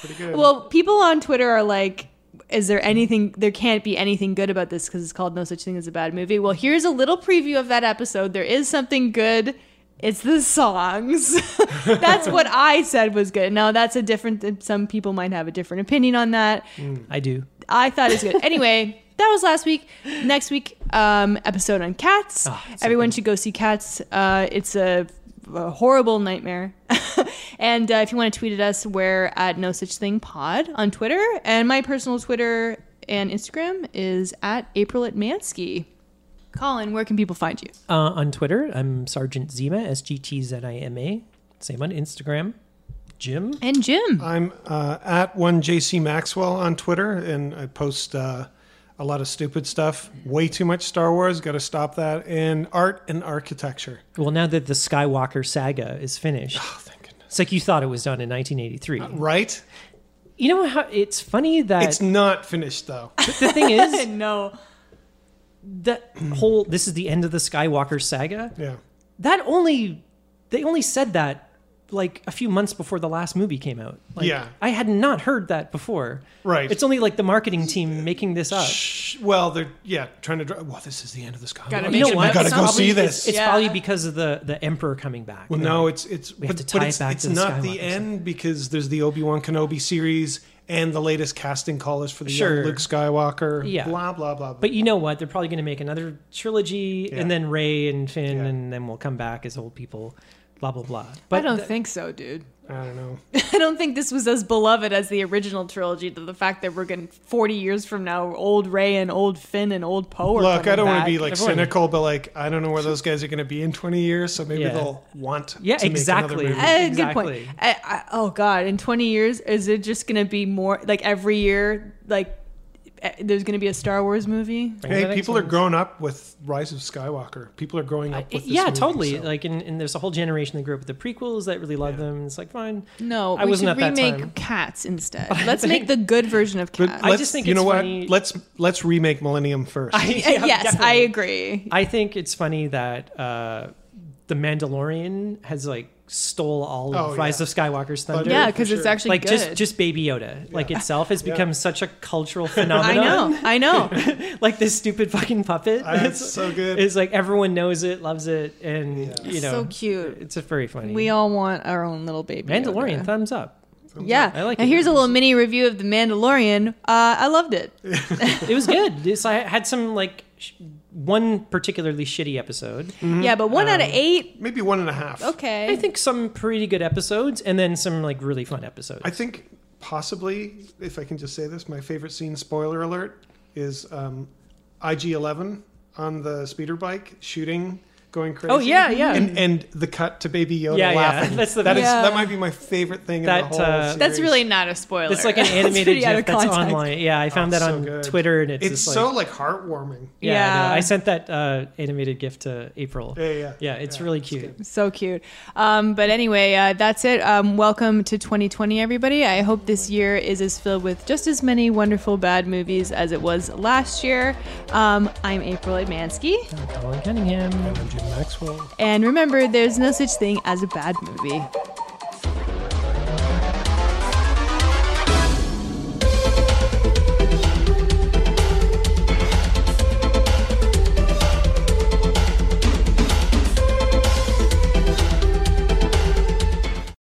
S3: Pretty good.
S4: Well, people on Twitter are like, is there anything, there can't be anything good about this because it's called No Such Thing as a Bad Movie. Well, here's a little preview of that episode. There is something good. It's the songs. that's what I said was good. Now, that's a different, some people might have a different opinion on that.
S2: I do.
S4: I thought it was good. Anyway, that was last week. Next week, um, episode on cats.
S2: Ah, it's so
S4: Everyone should go see cats. Uh, it's a, a horrible nightmare. And uh, if you want to tweet at us, we're at No Such Thing Pod on Twitter. And my personal Twitter and Instagram is at April at Mansky. Colin, where can people find you?
S2: Uh, on Twitter, I'm Sergeant Zima, S G T Z I M A. Same on Instagram. Jim.
S4: And Jim.
S3: I'm uh, at one JC Maxwell on Twitter, and I post uh, a lot of stupid stuff. Way too much Star Wars. Got to stop that. And art and architecture.
S2: Well, now that the Skywalker saga is finished,
S3: Oh, thank goodness.
S2: it's like you thought it was done in 1983.
S3: Right?
S2: You know how it's funny that
S3: It's not finished though.
S2: the thing is
S4: no.
S2: that whole this is the end of the Skywalker saga.
S3: Yeah.
S2: That only they only said that like a few months before the last movie came out. Like,
S3: Yeah.
S2: I had not heard that before.
S3: Right.
S2: It's only like the marketing team making this up.
S3: Shh. Well, they're yeah trying to. Dr- well, this is the end of the Skywalker.
S4: Gotta
S2: You know
S4: It's
S2: what?
S4: gotta
S2: It's
S4: go
S2: probably-
S3: see
S2: it's-
S3: this.
S2: It's,
S4: Yeah.
S2: probably because of the the emperor coming back.
S3: Well, no, it's it's
S2: We have
S3: but,
S2: to
S3: but
S2: tie it
S3: it's,
S2: back
S3: it's
S2: to the
S3: not
S2: Skywalker
S3: the
S2: saga.
S3: end because there's the Obi Wan Kenobi series and the latest casting call is for the young
S2: Sure.
S3: Luke Skywalker.
S2: Yeah.
S3: Blah blah blah. blah.
S2: But you know what? They're probably going to make another trilogy,
S3: Yeah.
S2: and then Ray and Finn,
S3: Yeah.
S2: and then we'll come back as old people. Blah blah blah. But
S4: I don't
S2: th-
S4: think so, dude.
S3: I don't know.
S4: I don't think this was as beloved as the original trilogy. To the fact that we're going forty years from now, old Ray and old Finn and old Poe. Are
S3: Look, I
S4: coming
S3: don't want
S4: back.
S3: to be like
S2: Everyone-
S3: cynical, but like I don't know where those guys are going to be in 20 years, so maybe
S2: Yeah.
S3: they'll want.
S2: Yeah,
S3: to make another
S2: exactly.
S3: movie.
S4: Uh, Good
S2: Exactly.
S4: point. I, I, oh God! In twenty years, is it just gonna be more like every year? Like eh, there's gonna be a Star Wars movie.
S2: Bring the
S3: Hey,
S2: next
S3: people are
S2: one.
S3: grown up with Rise of Skywalker. People are growing up with. This
S2: yeah,
S3: movie,
S2: totally.
S3: so-
S2: Like, and, and there's a whole generation that grew up with the prequels that really loved them. It's like fine.
S4: No,
S2: I
S4: we
S2: wasn't
S4: should
S2: at that
S4: remake
S2: time.
S4: Cats instead. Let's make the good version of
S3: but
S4: Cats.
S3: let's,
S2: just think
S3: you
S2: it's
S3: know what?
S2: funny-
S3: Let's let's remake Millennium first.
S4: Eh, yes, I agree.
S2: I think it's funny that uh, the Mandalorian has like stole all of
S3: Oh,
S2: Rise
S3: yeah.
S2: of Skywalker's thunder.
S3: Thunder.
S4: Yeah,
S3: for
S4: because it's
S3: sure.
S4: actually
S2: Like
S4: good.
S2: just just Baby Yoda, like itself has
S3: Yeah.
S2: become such a cultural
S4: I
S2: phenomenon.
S4: know, I know.
S2: like this stupid fucking puppet.
S3: Ah, it's so good.
S2: It's like everyone knows it, loves it, and you
S4: It's
S2: know,
S4: so cute.
S2: It's a very funny.
S4: We all want our own little baby.
S2: Mandalorian
S4: Yoda.
S2: thumbs up.
S4: Yeah,
S2: I like
S4: And
S2: it.
S4: here's a little mini review of the Mandalorian. Uh, I loved it.
S2: It was good. This I had some like sh- one particularly shitty episode.
S4: Yeah, but one out of eight.
S3: Maybe one and a half.
S4: Okay.
S2: Um, I think some pretty good episodes, and then some like really fun episodes.
S3: I think possibly, if I can just say this, my favorite scene. Spoiler alert is um, IG11 on the speeder bike shooting, going crazy.
S2: oh yeah, yeah.
S3: And, and the cut to Baby Yoda
S2: Yeah, yeah.
S3: laughing.
S2: That's the
S3: That is-
S4: best.
S3: that might be my favorite thing
S2: That,
S3: in the whole
S2: uh,
S3: series.
S4: That's really not a spoiler.
S2: it's like an animated
S4: pretty out
S2: GIF
S4: of
S2: that's
S4: context.
S2: online. Yeah, I found
S3: Oh,
S2: that
S3: so
S2: on
S3: good.
S2: Twitter, and it's,
S3: It's
S2: just,
S3: so
S2: like,
S3: like heartwarming.
S2: yeah. I know.
S4: Yeah.
S2: I sent that uh, animated GIF to April.
S3: Yeah, yeah.
S2: Yeah, it's really cute.
S4: So cute. Um, but anyway, uh, that's it. Um, welcome to 2020, everybody. I hope this year is as filled with just as many wonderful bad movies as it was last year. Um, I'm April Admansky.
S2: Colin Cunningham.
S3: I'm Jim Maxwell.
S4: And remember, there's no such thing as a bad movie.